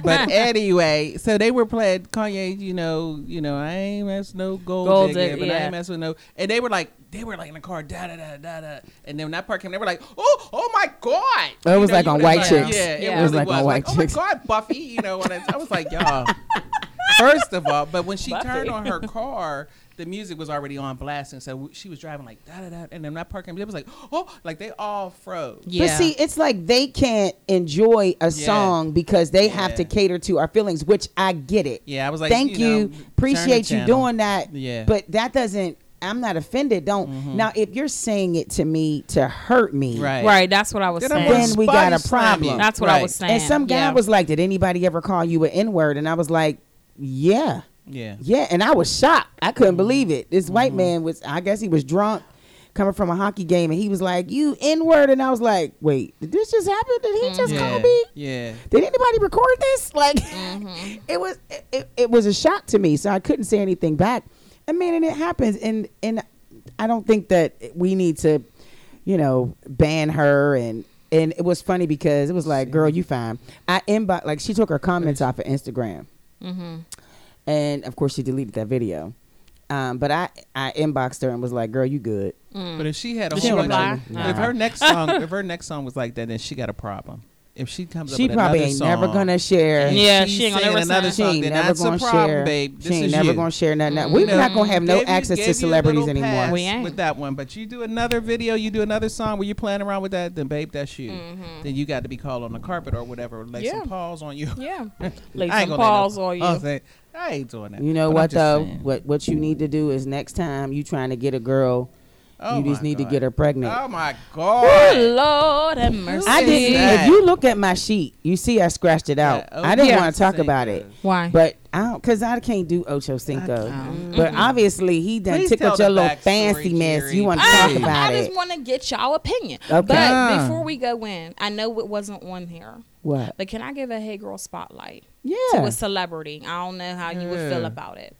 Speaker 4: but anyway, so they were playing Kanye. You know, you know, I ain't mess no gold,
Speaker 3: Gold
Speaker 4: digger,
Speaker 3: digger,
Speaker 4: but I
Speaker 3: yeah.
Speaker 4: ain't mess with no. And they were like, they were like in the car, da da da da da. And then when that part came, they were like, oh, oh my god.
Speaker 1: It was like
Speaker 4: you
Speaker 1: on
Speaker 4: would've
Speaker 1: White
Speaker 4: like-
Speaker 1: Chicks.
Speaker 4: Yeah, it,
Speaker 3: Yeah.
Speaker 4: was like on white chicks. Oh my god, Buffy. You know, what I, I was like, y'all. First of all, but when she turned on her car, the music was already on blast, and so w- she was driving like da da da, and then that part came. It was like, oh, like they all froze.
Speaker 3: yeah.
Speaker 1: But see, it's like they can't enjoy a song because they have
Speaker 4: Yeah.
Speaker 1: to cater to our feelings, which I get it.
Speaker 4: Yeah, I was like,
Speaker 1: Thank you.
Speaker 4: you know,
Speaker 1: Appreciate
Speaker 4: turn
Speaker 1: you
Speaker 4: the channel.
Speaker 1: doing that.
Speaker 4: Yeah. Mm-hmm.
Speaker 1: But that doesn't I'm not offended. Don't now if you're saying it to me to hurt me.
Speaker 4: Right.
Speaker 3: right. That's what I was
Speaker 4: Then I'm
Speaker 3: saying.
Speaker 1: Then we got a
Speaker 4: Sponge slam
Speaker 1: problem.
Speaker 4: you.
Speaker 3: That's what I
Speaker 4: Right.
Speaker 3: was saying.
Speaker 1: And some guy
Speaker 3: Yeah.
Speaker 1: was like, Did anybody ever call you an N word? And I was like, Yeah.
Speaker 4: Yeah.
Speaker 1: Yeah, and I was shocked. I couldn't Mm-hmm. believe it. This white man was, I guess he was drunk coming from a hockey game, and he was like, You N word. And I was like, Wait, did this just happen? Did he just call me?
Speaker 4: Yeah.
Speaker 1: Did anybody record this? Like, it was it- it, it was a shock to me, so I couldn't say anything back. I mean, and it happens, and and I don't think that we need to, you know, ban her. And and it was funny because it was like, girl, you fine. I inbox like she took her comments off of Instagram and of course she deleted that video Um, but I, I inboxed her and was like, "Girl, you good?"
Speaker 3: Mm.
Speaker 4: But if she had a
Speaker 1: She
Speaker 4: whole
Speaker 1: don't
Speaker 4: bunch of,
Speaker 1: reply?
Speaker 4: if her next song, if her next song was like that, then she got a problem. If she comes
Speaker 1: she
Speaker 4: up with
Speaker 1: probably
Speaker 4: another
Speaker 1: ain't
Speaker 4: song,
Speaker 1: never gonna share.
Speaker 4: and
Speaker 3: Yeah,
Speaker 4: she's
Speaker 3: she ain't gonna
Speaker 4: singing
Speaker 3: never
Speaker 4: another
Speaker 3: sign.
Speaker 1: She
Speaker 4: song.
Speaker 1: ain't
Speaker 4: Then
Speaker 1: never
Speaker 4: that's
Speaker 1: gonna
Speaker 4: a problem,
Speaker 1: share.
Speaker 4: babe. This
Speaker 1: she ain't
Speaker 4: is
Speaker 1: never
Speaker 4: you.
Speaker 1: gonna share nothing. We're
Speaker 4: No.
Speaker 1: not gonna have no
Speaker 4: Gave you-
Speaker 1: access
Speaker 4: gave
Speaker 1: to
Speaker 4: you a
Speaker 1: celebrities
Speaker 4: little
Speaker 1: anymore.
Speaker 4: pass
Speaker 3: Mm-hmm. We ain't.
Speaker 4: with that one. But you do another video, you do another song where you're playing around with that, then babe, that's you. Then you got to be called on the carpet or whatever, lay
Speaker 3: Mm-hmm. Yeah.
Speaker 4: some paws on you.
Speaker 3: Yeah.
Speaker 4: I
Speaker 3: Lay
Speaker 4: ain't
Speaker 3: some
Speaker 4: gonna lay no
Speaker 3: paws on you.
Speaker 4: paws in- I ain't doing that.
Speaker 1: You know
Speaker 4: But I'm
Speaker 1: what
Speaker 4: just
Speaker 1: though?
Speaker 4: saying.
Speaker 1: What what you need to do is next time you trying to get a girl,
Speaker 4: Oh
Speaker 1: you just
Speaker 4: my
Speaker 1: need to
Speaker 4: God.
Speaker 1: get her pregnant.
Speaker 4: Oh my
Speaker 3: Oh,
Speaker 4: god!
Speaker 3: Lord have mercy.
Speaker 1: I didn't.
Speaker 4: that?
Speaker 1: If you look at my sheet, you see I scratched it out.
Speaker 4: Yeah,
Speaker 1: I didn't
Speaker 4: Ocho
Speaker 1: want to talk
Speaker 4: Cinco.
Speaker 1: about it.
Speaker 3: Why?
Speaker 1: But I don't, cause I can't do Ocho Cinco.
Speaker 3: Mm-hmm.
Speaker 1: But obviously he done
Speaker 4: Please
Speaker 1: took
Speaker 4: tell
Speaker 1: up your
Speaker 4: the
Speaker 1: little
Speaker 4: backstory,
Speaker 1: fancy mess.
Speaker 4: Jerry,
Speaker 1: You want to
Speaker 4: please.
Speaker 1: talk
Speaker 4: I
Speaker 1: about
Speaker 3: Ah, I
Speaker 1: it?
Speaker 3: just want to get y'all opinion.
Speaker 1: Okay.
Speaker 3: But
Speaker 4: Ah.
Speaker 3: before we go in, I know it wasn't on here,
Speaker 1: What?
Speaker 3: but can I give a hey girl spotlight to
Speaker 1: Yeah.
Speaker 3: a celebrity? I don't know how you would feel
Speaker 4: Yeah. Mm-hmm.
Speaker 3: about it,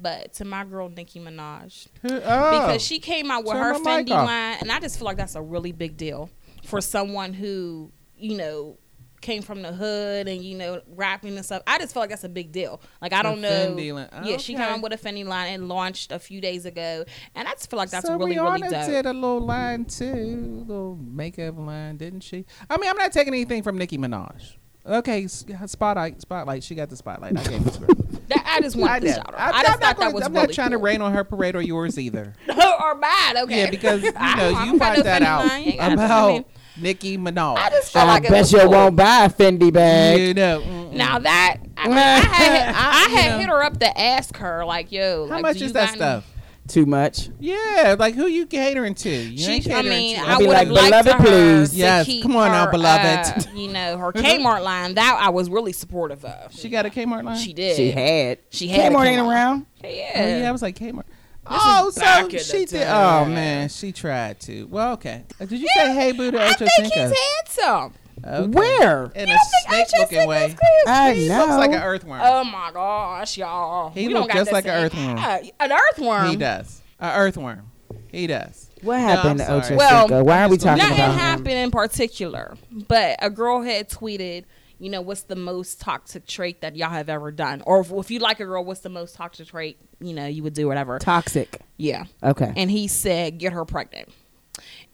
Speaker 3: but to my girl Nicki Minaj
Speaker 4: Oh.
Speaker 3: because she came out with
Speaker 4: Turn
Speaker 3: her
Speaker 4: my mic
Speaker 3: Fendi
Speaker 4: off.
Speaker 3: line, and I just feel like that's a really big deal for someone who you know came from the hood and you know rapping and stuff. I just feel like that's a big deal. Like I don't know.
Speaker 4: Fendi line.
Speaker 3: Yeah, she came
Speaker 4: Okay.
Speaker 3: out with a Fendi line and launched a few days ago, and I just feel like that's
Speaker 4: so
Speaker 3: really really
Speaker 4: Rihanna
Speaker 3: dope.
Speaker 4: did a little line too, little makeup line, didn't she? I mean, I'm not taking anything from Nicki Minaj. Okay, s- spotlight, spotlight. She got the spotlight. I gave it to her.
Speaker 3: That I just
Speaker 4: I
Speaker 3: wanted to
Speaker 4: did.
Speaker 3: shout her.
Speaker 4: I'm
Speaker 3: I just
Speaker 4: not
Speaker 3: thought that
Speaker 4: gonna-
Speaker 3: was
Speaker 4: I'm
Speaker 3: really
Speaker 4: not trying to
Speaker 3: cool.
Speaker 4: rain on her parade or yours either.
Speaker 3: or bad. Okay.
Speaker 4: Yeah, because you
Speaker 3: I don't- I
Speaker 4: know you
Speaker 3: don't
Speaker 4: find
Speaker 3: got no
Speaker 4: that
Speaker 3: Fendi
Speaker 4: out
Speaker 3: line, you got- I
Speaker 4: about
Speaker 3: mean,
Speaker 4: Nicki Minaj.
Speaker 3: I just felt
Speaker 1: I
Speaker 3: like it
Speaker 1: bet
Speaker 3: was
Speaker 1: you
Speaker 3: cool.
Speaker 1: won't buy a Fendi bag.
Speaker 4: you know. mm-mm.
Speaker 3: Now that I, mean, I had, I,
Speaker 4: You
Speaker 3: had
Speaker 4: know.
Speaker 3: hit her up to ask her like, yo,
Speaker 4: How
Speaker 3: like,
Speaker 4: much
Speaker 3: do
Speaker 4: is
Speaker 3: you
Speaker 4: that
Speaker 3: got any-
Speaker 4: stuff?
Speaker 1: Too much.
Speaker 4: Yeah, like who you catering to? You
Speaker 3: She,
Speaker 4: ain't
Speaker 3: I
Speaker 4: catering
Speaker 3: mean,
Speaker 4: to.
Speaker 3: I
Speaker 1: be
Speaker 3: would have
Speaker 1: like,
Speaker 3: liked to
Speaker 1: "Beloved,
Speaker 3: her
Speaker 1: please."
Speaker 3: to
Speaker 4: Yes,
Speaker 3: keep
Speaker 4: come on
Speaker 3: her,
Speaker 4: now, beloved.
Speaker 3: uh, you know, her Kmart line that I was really supportive of.
Speaker 4: she got a Kmart line.
Speaker 3: She did.
Speaker 1: She had.
Speaker 3: She had a
Speaker 1: Kmart ain't
Speaker 3: Kmart.
Speaker 1: around.
Speaker 4: Oh,
Speaker 3: Yeah.
Speaker 4: yeah, I was like Kmart. oh,
Speaker 3: back
Speaker 4: so
Speaker 3: in the
Speaker 4: she
Speaker 3: day.
Speaker 4: did. Oh man, she tried to. Well, okay. Uh, Did you say hey boo to
Speaker 3: I
Speaker 4: Ocho
Speaker 3: think he's
Speaker 4: Cinco?
Speaker 3: had some.
Speaker 4: Okay.
Speaker 1: Where?
Speaker 4: In
Speaker 3: Y'all
Speaker 4: a
Speaker 3: think
Speaker 4: snake
Speaker 3: Ocho
Speaker 4: looking
Speaker 3: Cinco's
Speaker 4: way.
Speaker 3: crazy?
Speaker 1: I
Speaker 4: He
Speaker 1: know.
Speaker 4: looks like an earthworm.
Speaker 3: Oh my gosh, y'all!
Speaker 4: He
Speaker 3: we
Speaker 4: look
Speaker 3: don't got
Speaker 4: just
Speaker 3: this
Speaker 4: like an
Speaker 3: in-
Speaker 4: earthworm.
Speaker 3: Yeah, an earthworm.
Speaker 4: He does. An earthworm. He does.
Speaker 1: what
Speaker 4: No,
Speaker 1: happened
Speaker 4: I'm
Speaker 1: to Ocho
Speaker 4: sorry.
Speaker 3: Well,
Speaker 1: Cinco? Why are we talking
Speaker 3: Nothing
Speaker 1: about him?
Speaker 3: happened in particular, but a girl had tweeted, you know, what's the most toxic trait that y'all have ever done? Or if, if you like a girl, what's the most toxic trait, you know, you would do whatever.
Speaker 1: Toxic.
Speaker 3: yeah.
Speaker 1: Okay.
Speaker 3: And he said, get her pregnant.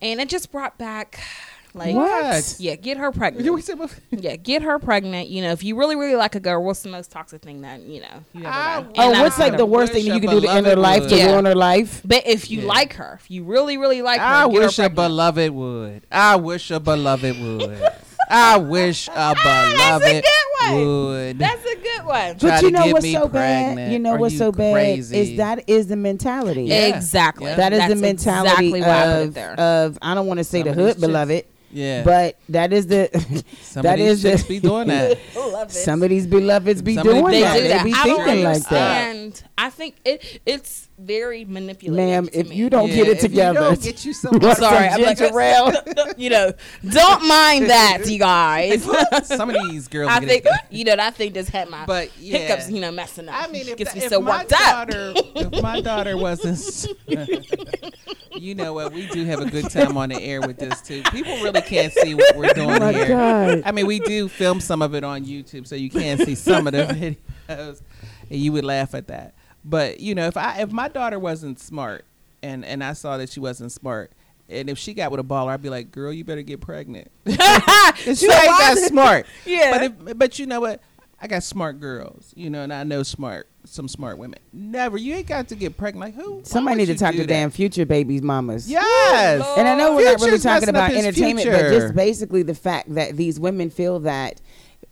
Speaker 3: And it just brought back, like,
Speaker 4: What?
Speaker 3: Yeah, get her pregnant.
Speaker 4: You said what-
Speaker 3: yeah, get her pregnant. You know, if you really, really like a girl, what's the most toxic thing that, you know, you ever
Speaker 4: I
Speaker 3: done?
Speaker 1: Oh,
Speaker 3: And I
Speaker 1: what's like
Speaker 3: said,
Speaker 1: the worst thing
Speaker 4: wish
Speaker 1: you
Speaker 4: a
Speaker 1: can do to end her
Speaker 4: beloved
Speaker 1: life to
Speaker 3: would.
Speaker 1: ruin her life?
Speaker 3: But if you like her, if you really, really like her,
Speaker 4: I
Speaker 3: get her
Speaker 4: wish a
Speaker 3: pregnant.
Speaker 4: beloved would. I wish a beloved would. I wish a beloved
Speaker 3: that's a good one.
Speaker 4: would.
Speaker 3: That's a good one.
Speaker 4: Try
Speaker 1: But
Speaker 4: to
Speaker 1: you know
Speaker 4: get
Speaker 1: what's
Speaker 4: me
Speaker 1: so bad?
Speaker 4: pregnant.
Speaker 1: You know
Speaker 4: Are
Speaker 1: what's
Speaker 4: you
Speaker 1: so bad
Speaker 4: crazy?
Speaker 1: is that is the mentality.
Speaker 4: Yeah.
Speaker 3: Exactly.
Speaker 4: Yeah.
Speaker 1: That is the
Speaker 3: That's
Speaker 1: mentality
Speaker 3: exactly why I put it
Speaker 1: of,
Speaker 3: there.
Speaker 1: of I don't want to say the
Speaker 4: of these
Speaker 1: hood
Speaker 4: chicks-
Speaker 1: beloved,
Speaker 4: yeah.
Speaker 1: but that is the
Speaker 4: some
Speaker 1: that
Speaker 4: of these
Speaker 1: is the
Speaker 4: chicks be doing that.
Speaker 1: some of these beloveds be
Speaker 4: Some of these
Speaker 1: doing
Speaker 3: they
Speaker 1: that.
Speaker 3: do that.
Speaker 1: They be
Speaker 3: I
Speaker 1: thinking
Speaker 3: don't
Speaker 1: like that.
Speaker 3: understand. I think it it's very manipulative.
Speaker 1: Ma'am,
Speaker 3: to
Speaker 1: if
Speaker 3: me.
Speaker 1: you don't
Speaker 4: Yeah,
Speaker 1: get it
Speaker 4: if you
Speaker 1: together,
Speaker 4: don't get you some-
Speaker 1: want
Speaker 3: Sorry,
Speaker 1: some
Speaker 3: I'm like-
Speaker 1: ginger ale?
Speaker 3: you know, don't mind that, you guys.
Speaker 4: some of these girls.
Speaker 3: I
Speaker 4: get
Speaker 3: think
Speaker 4: it.
Speaker 3: you know that thing just had my
Speaker 4: But, yeah.
Speaker 3: hiccups. You know, messing up.
Speaker 4: I mean, if,
Speaker 3: gets
Speaker 4: the-
Speaker 3: me
Speaker 4: if
Speaker 3: so
Speaker 4: my
Speaker 3: worked up.
Speaker 4: daughter, if my daughter wasn't, s- you know what, we do have a good time on the air with this too. People really can't see what we're doing
Speaker 1: my
Speaker 4: here.
Speaker 1: God.
Speaker 4: I mean, we do film some of it on YouTube, so you can see some of the videos, and you would laugh at that. But you know, if I if my daughter wasn't smart, and and I saw that she wasn't smart. And if she got with a baller, I'd be like, "Girl, you better get pregnant." 'Cause you ain't that smart.
Speaker 3: Yeah.
Speaker 4: But if, but you know what? I got smart girls, you know, and I know smart some smart women. Never, you ain't got to get pregnant. Like who? Why
Speaker 1: Somebody
Speaker 4: would
Speaker 1: need to
Speaker 4: you
Speaker 1: talk
Speaker 4: do
Speaker 1: to
Speaker 4: that?
Speaker 1: damn future babies, mamas.
Speaker 4: Yes.
Speaker 3: Lord.
Speaker 1: And I know we're not really
Speaker 4: Future's
Speaker 1: talking
Speaker 4: messing up
Speaker 1: about
Speaker 4: his
Speaker 1: entertainment, but
Speaker 4: future.
Speaker 1: just basically the fact that these women feel that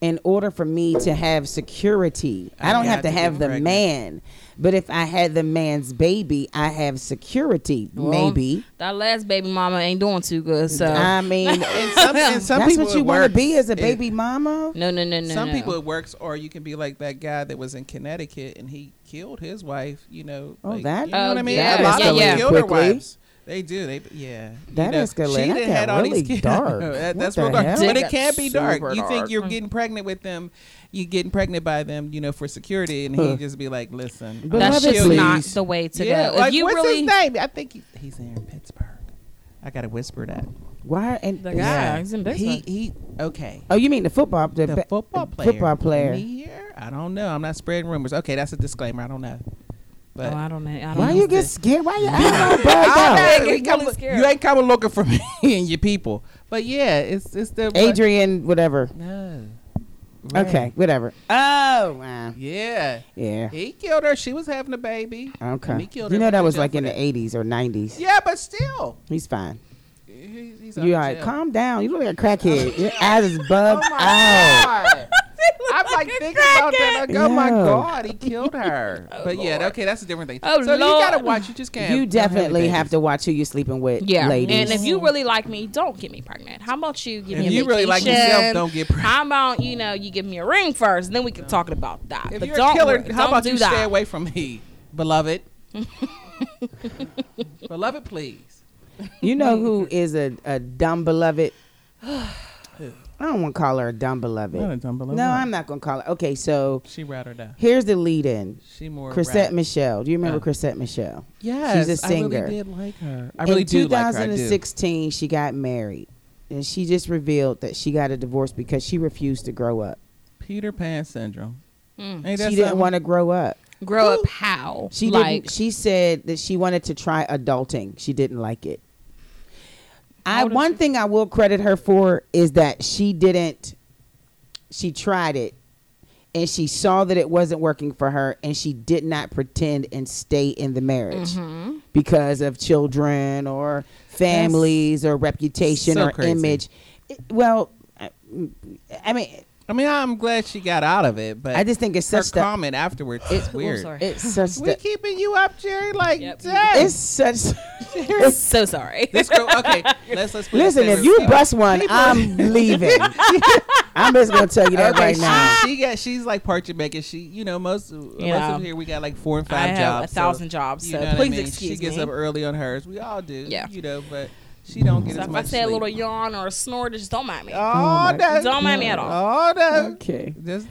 Speaker 1: in order for me to have security, I,
Speaker 4: I
Speaker 1: don't
Speaker 4: got
Speaker 1: have to
Speaker 4: to get
Speaker 1: have the
Speaker 4: pregnant.
Speaker 1: man. But if I had the man's baby, I have security,
Speaker 3: Well,
Speaker 1: maybe.
Speaker 3: that last baby mama ain't doing too good. So
Speaker 1: I mean,
Speaker 4: And some, and some
Speaker 1: that's
Speaker 4: people
Speaker 1: what you
Speaker 4: want to
Speaker 1: be as a baby mama.
Speaker 3: no, no, no, no.
Speaker 4: Some
Speaker 3: no.
Speaker 4: people it works, or you can be like that guy that was in Connecticut and he killed his wife. You know,
Speaker 1: Oh,
Speaker 4: like,
Speaker 1: that-
Speaker 4: you know what I
Speaker 3: Oh,
Speaker 4: mean? a
Speaker 3: yeah,
Speaker 4: lot
Speaker 3: yeah,
Speaker 4: of them
Speaker 3: yeah.
Speaker 4: killed
Speaker 1: Quickly.
Speaker 4: their wives. They do. They yeah. You
Speaker 1: That
Speaker 4: know,
Speaker 1: escalated.
Speaker 4: She
Speaker 1: That
Speaker 4: didn't
Speaker 1: got
Speaker 4: had all
Speaker 1: really
Speaker 4: these kids.
Speaker 1: dark.
Speaker 4: that,
Speaker 1: What
Speaker 4: that's
Speaker 1: the
Speaker 4: real dark.
Speaker 1: hell?
Speaker 4: But it
Speaker 3: That
Speaker 4: can be
Speaker 3: got
Speaker 4: dark.
Speaker 3: super
Speaker 4: You think
Speaker 3: dark.
Speaker 4: you're getting pregnant with them, you getting pregnant by them, you know, for security, and he just be like, "Listen,
Speaker 1: But
Speaker 4: I'll
Speaker 3: That's
Speaker 1: Beloved,
Speaker 4: kill
Speaker 3: just
Speaker 4: you."
Speaker 3: not the way to
Speaker 4: yeah,
Speaker 3: go. If
Speaker 4: Like,
Speaker 3: you
Speaker 4: what's
Speaker 3: really,
Speaker 4: his name? I think he, he's in Pittsburgh. I gotta whisper that.
Speaker 1: Why? And
Speaker 3: The guy, he's in
Speaker 4: He
Speaker 3: Pittsburgh.
Speaker 4: he. Okay.
Speaker 1: Oh, you mean the football? The,
Speaker 4: the
Speaker 1: ba-
Speaker 4: football player.
Speaker 1: Football player.
Speaker 4: Me here? I don't know. I'm not spreading rumors. Okay, that's a disclaimer. I don't know. But
Speaker 3: oh, I don't know. I don't
Speaker 1: Why
Speaker 3: know.
Speaker 1: you get scared? Why you? I don't know,
Speaker 4: I
Speaker 1: bro.
Speaker 3: I
Speaker 4: know,
Speaker 3: get
Speaker 4: you, come,
Speaker 3: really scared.
Speaker 4: you ain't coming looking for me and your people. But yeah, it's it's the
Speaker 1: Adrian, whatever.
Speaker 4: No.
Speaker 1: Okay, whatever. Oh, wow.
Speaker 4: Yeah.
Speaker 1: yeah.
Speaker 4: He killed her. She was having a baby. And
Speaker 1: Okay.
Speaker 4: he killed
Speaker 1: You
Speaker 4: her.
Speaker 1: know that
Speaker 4: He
Speaker 1: was
Speaker 4: killed
Speaker 1: like
Speaker 4: for
Speaker 1: in the
Speaker 4: that.
Speaker 1: '80s or '90s.
Speaker 4: Yeah, but still.
Speaker 1: He's fine.
Speaker 4: He- he's out
Speaker 1: You
Speaker 4: of
Speaker 1: all right?
Speaker 4: jail.
Speaker 1: Calm down. You look like a crackhead. Your eyes is bugged
Speaker 4: Oh my
Speaker 1: out.
Speaker 4: God. I'm like thinking about that. Like, oh my
Speaker 1: Yo.
Speaker 4: God, he killed her. but yeah, okay, that's a different thing.
Speaker 3: Oh,
Speaker 4: so you gotta
Speaker 3: Lord.
Speaker 4: watch. You just can't.
Speaker 1: You
Speaker 4: don't have any
Speaker 1: definitely
Speaker 4: babies.
Speaker 1: have to watch who you're sleeping with,
Speaker 3: Yeah,
Speaker 1: ladies.
Speaker 3: and if you really like me, don't get me pregnant. How about you give
Speaker 4: If
Speaker 3: me a
Speaker 4: you really like
Speaker 3: vacation?
Speaker 4: yourself, don't get pregnant.
Speaker 3: How about you know you give me a ring first, and then we can talk about that.
Speaker 4: If
Speaker 3: but
Speaker 4: you're
Speaker 3: don't
Speaker 4: a killer,
Speaker 3: worry,
Speaker 4: how
Speaker 3: don't
Speaker 4: about
Speaker 3: do
Speaker 4: you
Speaker 3: that.
Speaker 4: stay away from me, beloved? beloved, please.
Speaker 1: You know who is a, a dumb beloved? I don't want to call her a dumb beloved.
Speaker 4: Not a dumb beloved.
Speaker 1: No, I'm not going to call her. Okay, so
Speaker 4: She rather die.
Speaker 1: here's the lead in.
Speaker 4: She more.
Speaker 1: Chrisette
Speaker 4: rat.
Speaker 1: Michelle. Do you remember
Speaker 4: Oh.
Speaker 1: Chrisette Michelle?
Speaker 4: Yes,
Speaker 1: She's a
Speaker 4: I
Speaker 1: singer.
Speaker 4: really did like her. I really
Speaker 1: In
Speaker 4: do like her. I do.
Speaker 1: 2016, she got married. And she just revealed that she got a divorce because she refused to grow up.
Speaker 4: Peter Pan syndrome.
Speaker 3: Mm.
Speaker 4: Ain't that
Speaker 1: she didn't
Speaker 4: something?
Speaker 1: want to grow up.
Speaker 3: Grow up how?
Speaker 1: She
Speaker 3: like
Speaker 1: didn't, she said that she wanted to try adulting. She didn't like it. I one thing I will credit her for is that she didn't she tried it and she saw that it wasn't working for her and she did not pretend and stay in the marriage
Speaker 4: Mm-hmm.
Speaker 1: because of children or families or reputation
Speaker 4: so
Speaker 1: or
Speaker 4: crazy.
Speaker 1: image. It- well, I, I mean,
Speaker 4: I mean, I'm glad she got out of it, but
Speaker 1: I just think it's
Speaker 4: her
Speaker 1: such Oh, the,
Speaker 4: comment afterwards is weird.
Speaker 3: sorry.
Speaker 1: it's such
Speaker 4: We
Speaker 1: the,
Speaker 4: keeping you up, Jerry? Like,
Speaker 3: Yep.
Speaker 4: dang.
Speaker 1: it's such
Speaker 3: so sorry.
Speaker 4: This girl, okay. Let's let's. put
Speaker 1: Listen,
Speaker 4: this
Speaker 1: if
Speaker 4: in
Speaker 1: you
Speaker 4: perspective.
Speaker 1: bust one, I'm leaving. I'm just gonna tell you that
Speaker 4: Okay,
Speaker 1: right
Speaker 4: she,
Speaker 1: now.
Speaker 4: she got she's like parchment maker. She, you know, most most
Speaker 3: Yeah.
Speaker 4: of here we got like four and
Speaker 3: I
Speaker 4: five
Speaker 3: have
Speaker 4: jobs,
Speaker 3: a thousand
Speaker 4: so,
Speaker 3: jobs,
Speaker 4: you
Speaker 3: so
Speaker 4: know what I
Speaker 3: please
Speaker 4: mean?
Speaker 3: excuse
Speaker 4: She gets
Speaker 3: me.
Speaker 4: up early on hers. We all do.
Speaker 3: Yeah.
Speaker 4: you know, but she don't get
Speaker 3: so
Speaker 4: as
Speaker 3: if I
Speaker 4: much.
Speaker 3: say a
Speaker 4: sleep.
Speaker 3: little yawn or a snore, just don't mind me.
Speaker 4: oh, no.
Speaker 3: Don't mind me at all.
Speaker 4: Oh no.
Speaker 1: Okay.
Speaker 4: Just,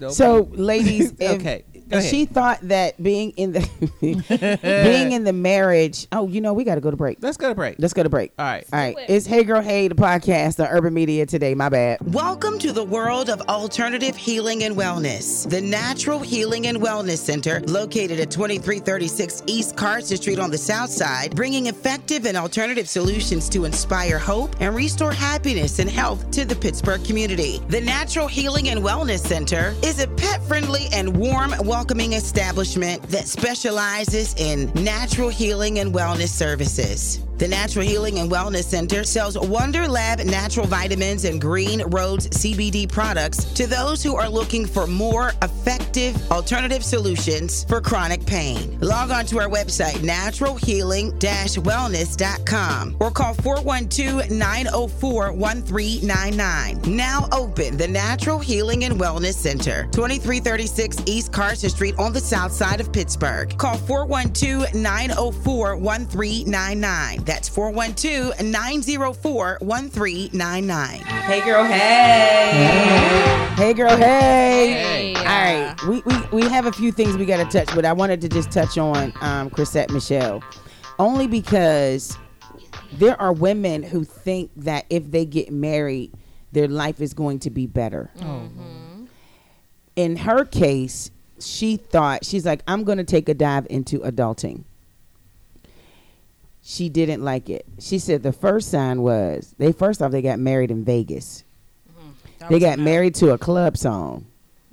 Speaker 4: don't
Speaker 1: So, ladies, if,
Speaker 4: okay. Go
Speaker 1: if
Speaker 4: ahead.
Speaker 1: she thought that being in the being in the marriage, oh, you know, we got to go to break.
Speaker 4: Let's go to break.
Speaker 1: Let's go to break.
Speaker 4: all right.
Speaker 1: All right,
Speaker 3: it.
Speaker 1: it's Hey Girl Hey, the podcast on Urban Media today. My bad.
Speaker 5: Welcome to the world of alternative healing and wellness. The Natural Healing and Wellness Center, located at 2336 East Carson Street on the South Side, bringing effective and alternative solutions to inspire hope and restore happiness and health to the Pittsburgh community. The Natural Healing and Wellness Center is a pet friendly and warm, welcoming establishment that specializes in natural healing and wellness services. The Natural Healing and Wellness Center sells Wonder Lab natural vitamins and Green Roads CBD products to those who are looking for more effective alternative solutions for chronic pain. Log on to our website, naturalhealing-wellness.com, or call 412-904-1399. Now open the Natural Healing and Wellness Center, 2336 East Carson Street on the south side of Pittsburgh. Call 412-904-1399. That's 412-904-1399.
Speaker 1: Hey Girl Hey. Hey Girl Hey.
Speaker 3: Hey, uh,
Speaker 1: All right, we, we, we have a few things we got to touch, but I wanted to just touch on um, Chrisette Michelle, only because there are women who think that if they get married, their life is going to be better.
Speaker 3: Mm-hmm.
Speaker 1: In her case, she thought, she's like, I'm going to take a dive into adulting. She didn't like it. She said the first sign was they first off they got married in Vegas.
Speaker 3: That
Speaker 1: They
Speaker 3: was
Speaker 1: got
Speaker 3: no,
Speaker 1: married to a club song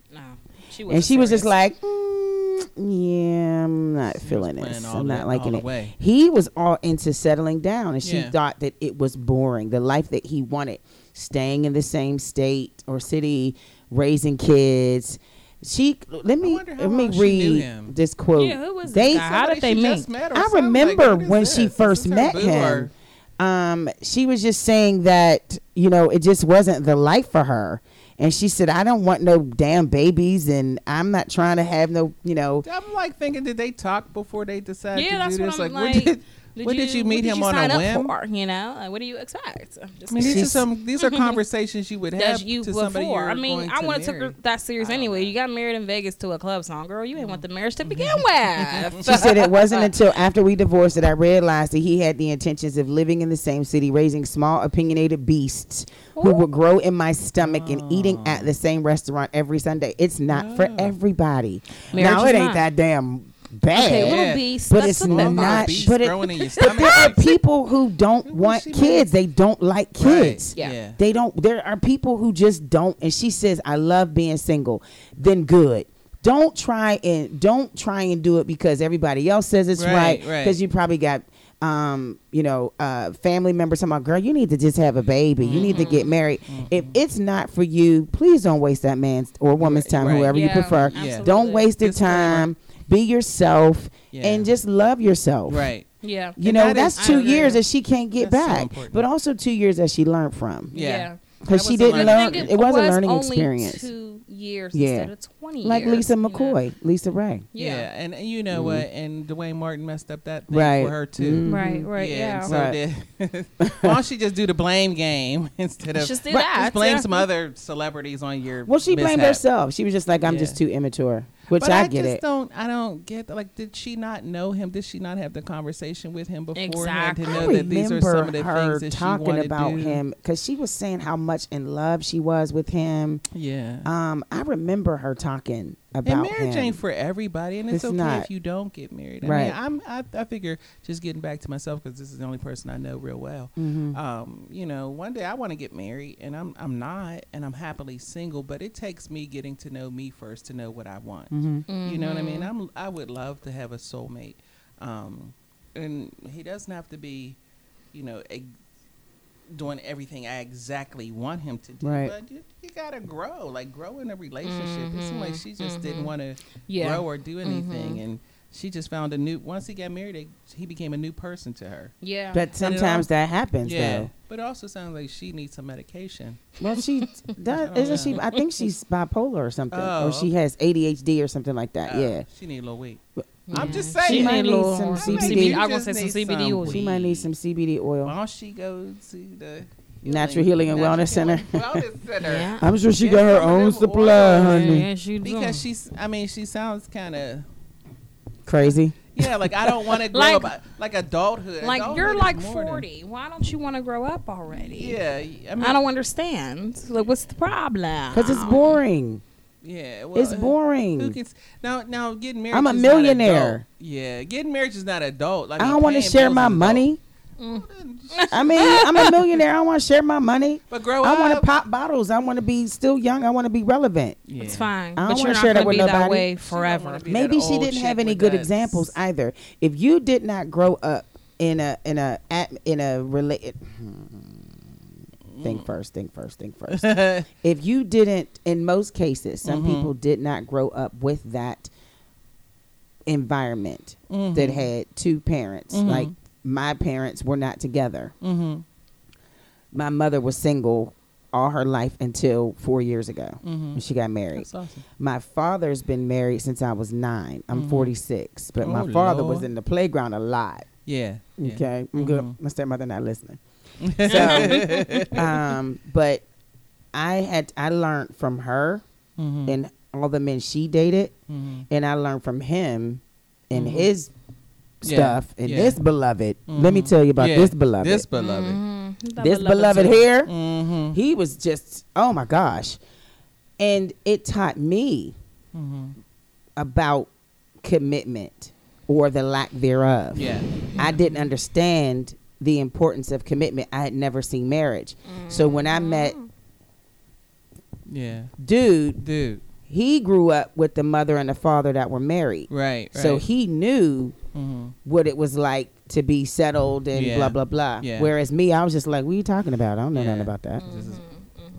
Speaker 3: No, she
Speaker 1: and she was just
Speaker 3: serious.
Speaker 1: like, "Mm, yeah, I'm not feeling
Speaker 4: playing
Speaker 1: this.
Speaker 4: all
Speaker 1: I'm
Speaker 4: the-
Speaker 1: not liking
Speaker 4: all the
Speaker 1: it.
Speaker 4: way.
Speaker 1: He was all into settling down, and she
Speaker 4: Yeah.
Speaker 1: thought that it was boring. The life that he wanted, staying in the same state or city, raising kids. She let me
Speaker 4: wonder how
Speaker 1: let me
Speaker 4: long she knew
Speaker 1: read
Speaker 4: him.
Speaker 1: this quote.
Speaker 3: Yeah, who was this
Speaker 1: they
Speaker 3: guy? How did
Speaker 4: Somebody
Speaker 3: they
Speaker 4: she
Speaker 3: meet?
Speaker 4: just met or
Speaker 1: I
Speaker 4: something, like,
Speaker 1: remember
Speaker 4: what is
Speaker 1: when
Speaker 4: this?
Speaker 1: she
Speaker 4: This
Speaker 1: first
Speaker 4: is her
Speaker 1: met
Speaker 4: boo
Speaker 1: him.
Speaker 4: or-
Speaker 1: Um, she was just saying that you know it just wasn't the life for her, and she said, "I don't want no damn babies, and I'm not trying to have no you know."
Speaker 4: I'm like thinking, did they talk before they decided
Speaker 3: yeah,
Speaker 4: to
Speaker 3: that's
Speaker 4: do
Speaker 3: what
Speaker 4: this?
Speaker 3: I'm
Speaker 4: what
Speaker 3: like.
Speaker 4: did, what did you
Speaker 3: what
Speaker 4: meet
Speaker 3: did
Speaker 4: him
Speaker 3: you
Speaker 4: on
Speaker 3: sign
Speaker 4: a
Speaker 3: up
Speaker 4: whim?
Speaker 3: for, you know, like, what do you expect? I'm just
Speaker 4: I mean, these are
Speaker 1: She's-
Speaker 4: some. These are conversations you would have
Speaker 3: Mm-hmm. that you
Speaker 4: to somebody
Speaker 3: before.
Speaker 4: you're
Speaker 3: I mean,
Speaker 4: going
Speaker 3: I
Speaker 4: to
Speaker 3: want to take
Speaker 4: marry.
Speaker 3: her that serious anyway. You got married in Vegas to a club song, girl. You ain't want the marriage to begin
Speaker 4: Mm-hmm.
Speaker 3: with.
Speaker 1: She said it wasn't until after we divorced that I realized that he had the intentions of living in the same city, raising small, opinionated beasts who would grow in my stomach and eating
Speaker 3: Ah.
Speaker 1: at the same restaurant every Sunday. It's not for everybody.
Speaker 3: Marriage
Speaker 1: now,
Speaker 3: is
Speaker 1: it ain't
Speaker 3: not.
Speaker 1: that damn bad.
Speaker 3: Okay,
Speaker 4: Yeah.
Speaker 3: little beast.
Speaker 1: But
Speaker 3: that's
Speaker 1: it's
Speaker 3: the thing.
Speaker 1: not.
Speaker 4: Beast
Speaker 1: But, it,
Speaker 4: growing in your
Speaker 1: but there are
Speaker 4: stomach.
Speaker 1: people who don't want
Speaker 4: she
Speaker 1: kids. They don't like
Speaker 4: Right.
Speaker 1: kids.
Speaker 3: Yeah.
Speaker 4: yeah.
Speaker 1: They don't. There are people who just don't. And she says, "I love being single." Then good. Don't try and don't try and do it because everybody else says it's right.
Speaker 4: Right,
Speaker 1: Because
Speaker 4: right.
Speaker 1: you probably got, um, you know, uh, family members talking about, "Girl, you need to just have a baby. You need to get
Speaker 4: Mm-hmm.
Speaker 1: married." If it's not for you, please don't waste that man's or woman's time,
Speaker 4: Right.
Speaker 1: whoever you
Speaker 3: Yeah,
Speaker 1: prefer.
Speaker 3: absolutely.
Speaker 1: Don't waste their
Speaker 4: Disclaimer.
Speaker 1: time. Be yourself
Speaker 4: Yeah.
Speaker 1: and just love yourself.
Speaker 4: Right.
Speaker 3: Yeah.
Speaker 1: You
Speaker 4: And
Speaker 1: know,
Speaker 4: that is-
Speaker 1: that's two
Speaker 3: I agree.
Speaker 1: years that she can't get
Speaker 4: That's so
Speaker 1: back,
Speaker 4: important.
Speaker 1: but also two years that she learned from.
Speaker 4: Yeah.
Speaker 1: Because
Speaker 4: That
Speaker 1: she
Speaker 4: was a
Speaker 1: didn't
Speaker 4: learning-
Speaker 1: learn.
Speaker 3: I think
Speaker 1: It was a learning
Speaker 3: only
Speaker 1: experience.
Speaker 3: Two years
Speaker 1: Yeah.
Speaker 3: instead of twenty.
Speaker 1: Like
Speaker 3: years,
Speaker 1: Lisa
Speaker 3: you know?
Speaker 1: McCoy, Lisa Ray.
Speaker 4: Yeah.
Speaker 3: Yeah.
Speaker 4: And, and you know what? And Dwayne Martin messed up that thing
Speaker 1: Right. Mm-hmm.
Speaker 4: for her too.
Speaker 3: Right. Right. Yeah.
Speaker 4: and so did- why don't she just do the blame game instead of
Speaker 3: Just do
Speaker 4: Right,
Speaker 3: that,
Speaker 4: Just blame
Speaker 3: yeah.
Speaker 4: some other celebrities on your.
Speaker 1: Well, she blamed
Speaker 4: mishap.
Speaker 1: herself. She was just like, I'm
Speaker 4: Yeah.
Speaker 1: just too immature, which
Speaker 4: But
Speaker 1: I,
Speaker 4: I,
Speaker 1: get
Speaker 4: just
Speaker 1: it.
Speaker 4: don't. I don't get. Like, did she not know him? Did she not have the conversation with him beforehand
Speaker 3: Exactly.
Speaker 4: to
Speaker 3: I
Speaker 4: know
Speaker 1: I
Speaker 4: that these are some of the
Speaker 1: remember her
Speaker 4: things that she
Speaker 1: talking
Speaker 4: wanted
Speaker 1: about
Speaker 4: to do?
Speaker 1: him because she was saying how much in love she was with him.
Speaker 4: Yeah.
Speaker 1: Um, I remember her talking about
Speaker 4: and marriage
Speaker 1: him.
Speaker 4: ain't for everybody, and it's,
Speaker 1: It's
Speaker 4: okay
Speaker 1: not.
Speaker 4: if you don't get married. I
Speaker 1: Right.
Speaker 4: mean, I'm I, I figure just getting back to myself because this is the only person I know real well.
Speaker 1: Mm-hmm.
Speaker 4: Um, you know, one day I want to get married, and I'm I'm not, and I'm happily single. But it takes me getting to know me first to know what I want.
Speaker 1: Mm-hmm.
Speaker 4: You know what I mean? I'm I would love to have a soulmate, um, and he doesn't have to be, you know. ex- Doing everything I exactly want him to do,
Speaker 1: Right.
Speaker 4: but you, you gotta grow, like grow in a relationship. It
Speaker 3: Mm-hmm.
Speaker 4: seemed like she just didn't want to
Speaker 3: Yeah.
Speaker 4: grow or do
Speaker 3: Mm-hmm.
Speaker 4: anything. And she just found a new. Once he got married, they, he became a new person to her.
Speaker 3: Yeah.
Speaker 1: But sometimes that happens, though.
Speaker 4: but it also sounds like she needs some medication.
Speaker 1: Well, she does, isn't she? I think she's bipolar or something,
Speaker 4: Oh,
Speaker 1: or she has ADHD or something like that.
Speaker 4: Uh,
Speaker 1: yeah,
Speaker 4: she need a little weed.
Speaker 1: But-
Speaker 4: I'm just
Speaker 1: She
Speaker 4: saying.
Speaker 1: might need some
Speaker 3: more
Speaker 1: CBD.
Speaker 3: CBD.
Speaker 4: You
Speaker 3: I'm gonna
Speaker 4: just
Speaker 3: say some
Speaker 4: need
Speaker 3: CBD.
Speaker 4: some
Speaker 3: oil.
Speaker 1: she might need some CBD oil.
Speaker 4: Why don't she go to the
Speaker 1: Natural Healing and Wellness Center.
Speaker 4: Wellness Center.
Speaker 3: Yeah.
Speaker 1: I'm sure she
Speaker 4: Get
Speaker 1: got her
Speaker 4: some of
Speaker 1: own
Speaker 4: them
Speaker 1: supply,
Speaker 4: oils.
Speaker 1: honey.
Speaker 3: she
Speaker 4: Because she's, I mean, she sounds kind of,
Speaker 1: Crazy.
Speaker 4: yeah, like I don't want to grow
Speaker 3: Like-
Speaker 4: up, like adulthood.
Speaker 3: like
Speaker 4: Adulthood
Speaker 3: you're
Speaker 4: is
Speaker 3: like
Speaker 4: more than-
Speaker 3: 40. Why don't you want to grow up already?
Speaker 4: yeah, I mean,
Speaker 3: I don't understand. Like, what's the problem?
Speaker 1: Because it's boring.
Speaker 4: Yeah, well,
Speaker 1: It's
Speaker 4: uh, Who
Speaker 1: boring.
Speaker 4: can s- now? Now getting married.
Speaker 1: I'm a
Speaker 4: is not
Speaker 1: millionaire.
Speaker 4: adult. Yeah, getting married is not adult. Like,
Speaker 1: I don't want to share my money. I mean, I'm a millionaire. I don't want to share my money.
Speaker 4: But grow
Speaker 1: I want to
Speaker 4: up.
Speaker 1: pop bottles. I want to be still young. I want to be relevant.
Speaker 3: It's fine.
Speaker 1: I don't
Speaker 3: but
Speaker 1: wanna
Speaker 3: you're not
Speaker 1: share that
Speaker 3: gonna
Speaker 1: with
Speaker 3: be that
Speaker 1: nobody.
Speaker 3: way
Speaker 1: She
Speaker 3: forever.
Speaker 4: be that
Speaker 1: Maybe she
Speaker 4: old
Speaker 1: didn't
Speaker 4: chick
Speaker 1: have any
Speaker 4: with
Speaker 1: good
Speaker 4: that
Speaker 1: examples either. If you did not grow up in a in a at, in a related think first, think first, think first. if you didn't, in most cases, some
Speaker 4: Mm-hmm.
Speaker 1: people did not grow up with that environment that
Speaker 4: Mm-hmm.
Speaker 1: had two parents. Like my parents were not together.
Speaker 4: Mm-hmm.
Speaker 1: My mother was single all her life until four years ago
Speaker 4: Mm-hmm.
Speaker 1: when she got married.
Speaker 4: That's awesome.
Speaker 1: My father's been married since I was nine. I'm 46, but my
Speaker 4: Mm-hmm. Oh,
Speaker 1: father was
Speaker 4: Lord.
Speaker 1: in the playground a lot.
Speaker 4: Yeah. yeah. Mm-hmm.
Speaker 1: Okay, I'm good. My stepmother not listening. So, um, but I had I learned from her
Speaker 4: Mhm.
Speaker 1: and all the men she dated,
Speaker 4: Mhm.
Speaker 1: and I learned from him and his
Speaker 4: Mm-hmm. Yeah,
Speaker 1: stuff and
Speaker 4: yeah. Mm-hmm.
Speaker 1: this beloved. Let me tell you about
Speaker 4: Yeah,
Speaker 1: this beloved.
Speaker 4: This
Speaker 1: This,
Speaker 4: beloved.
Speaker 3: Mm-hmm.
Speaker 1: beloved here.
Speaker 4: Mm-hmm.
Speaker 1: He was just, oh my gosh. And it taught me
Speaker 4: Mm-hmm.
Speaker 1: about commitment or the lack thereof.
Speaker 4: Yeah.
Speaker 1: I didn't understand the importance of commitment. I had never seen marriage. So
Speaker 4: Mm.
Speaker 1: when I met
Speaker 4: Yeah.
Speaker 1: dude,
Speaker 4: Dude.
Speaker 1: he grew up with the mother and the father that were married.
Speaker 4: Right. right.
Speaker 1: So he knew
Speaker 4: Mhm.
Speaker 1: what it was like to be settled and
Speaker 4: Yeah.
Speaker 1: blah blah blah.
Speaker 4: Yeah.
Speaker 1: Whereas me, I was just like, "What are you talking about? I don't know
Speaker 4: Yeah.
Speaker 1: nothing about that."
Speaker 4: This is-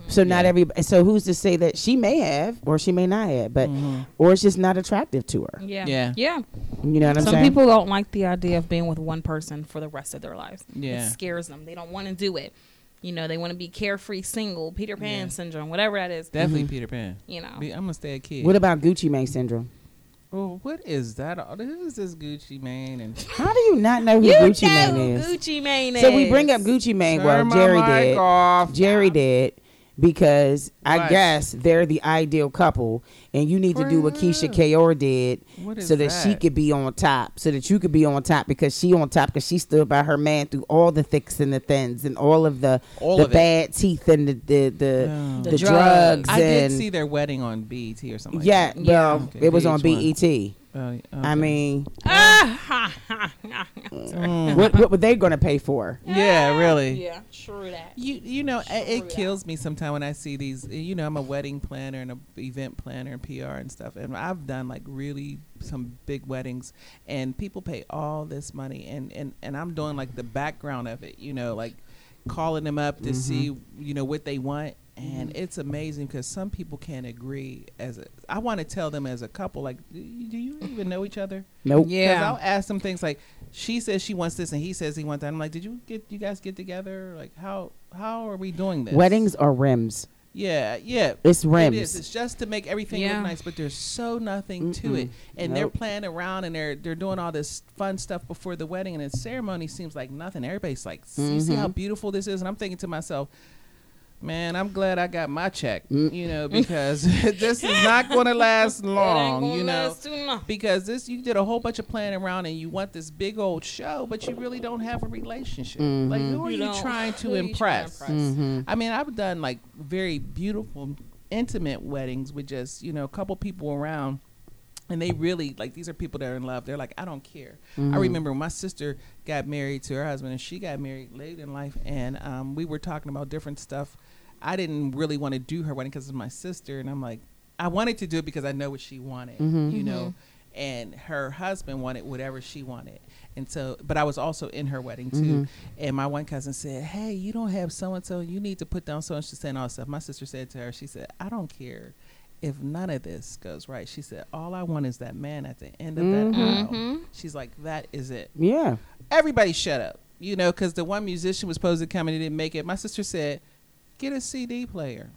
Speaker 1: So not
Speaker 4: Yeah.
Speaker 1: everybody. So who's to say that she may have or she may not have, but
Speaker 4: Mm. Mm-hmm.
Speaker 1: or it's just not attractive to her.
Speaker 3: Yeah.
Speaker 4: Yeah.
Speaker 3: Yeah.
Speaker 1: You know what I'm
Speaker 3: Some
Speaker 1: saying?
Speaker 3: people don't like the idea of being with one person for the rest of their lives.
Speaker 4: Yeah.
Speaker 3: It scares them. They don't want to do it. You know, they want to be carefree, single, Peter Pan syndrome, whatever that is.
Speaker 4: Definitely Peter Pan.
Speaker 3: you know.
Speaker 4: Be- I'm gonna stay a kid.
Speaker 1: Mm-hmm. What about Gucci Mane syndrome?
Speaker 4: oh, what is that? All Who is this Gucci man? And
Speaker 1: How do you not know who
Speaker 3: you
Speaker 1: Gucci
Speaker 3: know
Speaker 1: Mane
Speaker 3: who
Speaker 1: is?
Speaker 3: Gucci Mane
Speaker 1: So we
Speaker 3: is.
Speaker 1: bring up Gucci Mane.
Speaker 4: Turn
Speaker 1: Well,
Speaker 4: my
Speaker 1: Jerry
Speaker 4: mic
Speaker 1: did.
Speaker 4: off.
Speaker 1: Jerry did because I
Speaker 4: Right.
Speaker 1: guess they're the ideal couple, and you need to do what Keisha Kaur did
Speaker 4: What is
Speaker 1: so that, she
Speaker 4: that?
Speaker 1: could be on top, so that you could be on top because she on top because she stood by her man through all the thicks and the thins and all of the
Speaker 4: All
Speaker 1: the
Speaker 4: of it.
Speaker 1: bad teeth and the the the,
Speaker 4: Oh.
Speaker 1: the,
Speaker 3: The
Speaker 1: drugs.
Speaker 3: drugs.
Speaker 4: I did
Speaker 1: and
Speaker 4: see their wedding on BET or something. like
Speaker 1: yeah,
Speaker 4: that.
Speaker 1: well,
Speaker 4: Okay,
Speaker 1: it was on
Speaker 4: VH1.
Speaker 1: BET.
Speaker 4: Oh, yeah,
Speaker 1: I
Speaker 4: okay.
Speaker 1: mean,
Speaker 3: Ah, Sorry.
Speaker 4: Uh-huh.
Speaker 1: what what were they going to pay for?
Speaker 4: Mm. yeah, really.
Speaker 3: Yeah, true that.
Speaker 4: You you know it, it
Speaker 3: Screw that.
Speaker 4: kills me sometimes when I see these. You know I'm a wedding planner and a event planner and PR and stuff, and I've done like really some big weddings, and people pay all this money, and and and I'm doing like the background of it. You know, like calling them up to see you know what they want. And it's amazing because some people can't agree. As a, I want to tell them as a couple, like, do you do you even know each other?
Speaker 1: Nope.
Speaker 4: Because
Speaker 3: Yeah.
Speaker 4: I'll ask them things like, she says she wants this and he says he wants that. I'm like, did you get you guys get together? Like, how how are we doing this?
Speaker 1: Weddings are rims.
Speaker 4: Yeah, yeah.
Speaker 1: It's
Speaker 4: It
Speaker 1: rims.
Speaker 4: is. It's just to make everything
Speaker 3: Yeah.
Speaker 4: look nice, but there's so nothing to it. And they're
Speaker 1: Nope.
Speaker 4: playing around and they're they're doing all this fun stuff before the wedding, and the ceremony seems like nothing. Everybody's like, "See- you
Speaker 1: Mm-hmm.
Speaker 4: see how beautiful this is, and I'm thinking to myself. Man, I'm glad I got my check,
Speaker 1: Mm.
Speaker 4: you know, because this is not going to last long, you know because this you did a whole bunch of planning around and you want this big old show but you really don't have a relationship like who are you, trying to impress Mm-hmm. i mean i've done like very beautiful intimate weddings with just you know a couple people around and they really like these are people that are in love they're like i don't care i remember when my sister got married to her husband and she got married late in life and um, we were talking about different stuff i didn't really want to do her wedding because it's my sister and i'm like i wanted to do it because i know what she wanted you know and her husband wanted whatever she wanted and so but i was also in her wedding too and my one cousin said hey you don't have so and so you need to put down so and so and all this stuff my sister said to her she said i don't care if none of this goes right, she said, all I want is that man at the end of
Speaker 1: Mm-hmm.
Speaker 4: that aisle. She's like, that is it.
Speaker 1: Yeah.
Speaker 4: Everybody shut up, you know, because the one musician was supposed to come and he didn't make it. My sister said, get a CD player.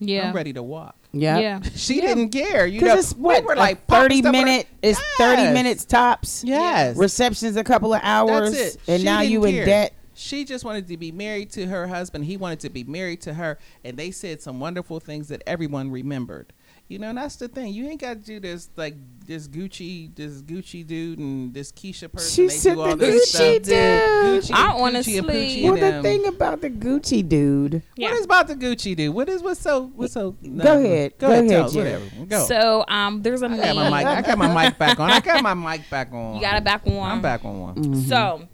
Speaker 3: Yeah.
Speaker 4: I'm ready to walk.
Speaker 1: Yeah.
Speaker 3: Yeah.
Speaker 4: She didn't care, you know.
Speaker 1: Because it's what
Speaker 4: we were
Speaker 1: a
Speaker 4: like
Speaker 1: thirty
Speaker 4: popping stuff in her-
Speaker 1: minute. It's
Speaker 4: Yes.
Speaker 1: thirty minutes tops.
Speaker 4: Yes,
Speaker 1: Receptions a couple of hours,
Speaker 4: That's it.
Speaker 1: and
Speaker 4: She
Speaker 1: now
Speaker 4: didn't
Speaker 1: you
Speaker 4: care.
Speaker 1: in debt.
Speaker 4: She just wanted to be married to her husband. He wanted to be married to her, and they said some wonderful things that everyone remembered. You know, and that's the thing. You ain't got to do this like this Gucci, this Gucci dude, and this Keisha person.
Speaker 1: She
Speaker 4: they
Speaker 1: said
Speaker 4: do all
Speaker 1: the
Speaker 4: this
Speaker 1: Gucci
Speaker 4: stuff.
Speaker 1: dude.
Speaker 4: Gucci,
Speaker 3: I
Speaker 4: Gucci
Speaker 3: honestly-
Speaker 4: and Poochie
Speaker 1: Well,
Speaker 4: and
Speaker 1: the
Speaker 4: them.
Speaker 1: thing about the Gucci dude.
Speaker 3: Yeah.
Speaker 4: What is about the Gucci dude? What is what's so what's so?
Speaker 1: Go ahead.
Speaker 4: Go,
Speaker 1: Go
Speaker 4: ahead.
Speaker 1: ahead,
Speaker 4: Charles,
Speaker 1: Jerry.
Speaker 4: whatever. Go.
Speaker 3: So um, there's a
Speaker 4: I got my mic. I got my mic back on. I got my mic back on.
Speaker 3: You got it back on.
Speaker 4: I'm back Mm-hmm. on one.
Speaker 1: Mm-hmm.
Speaker 3: So,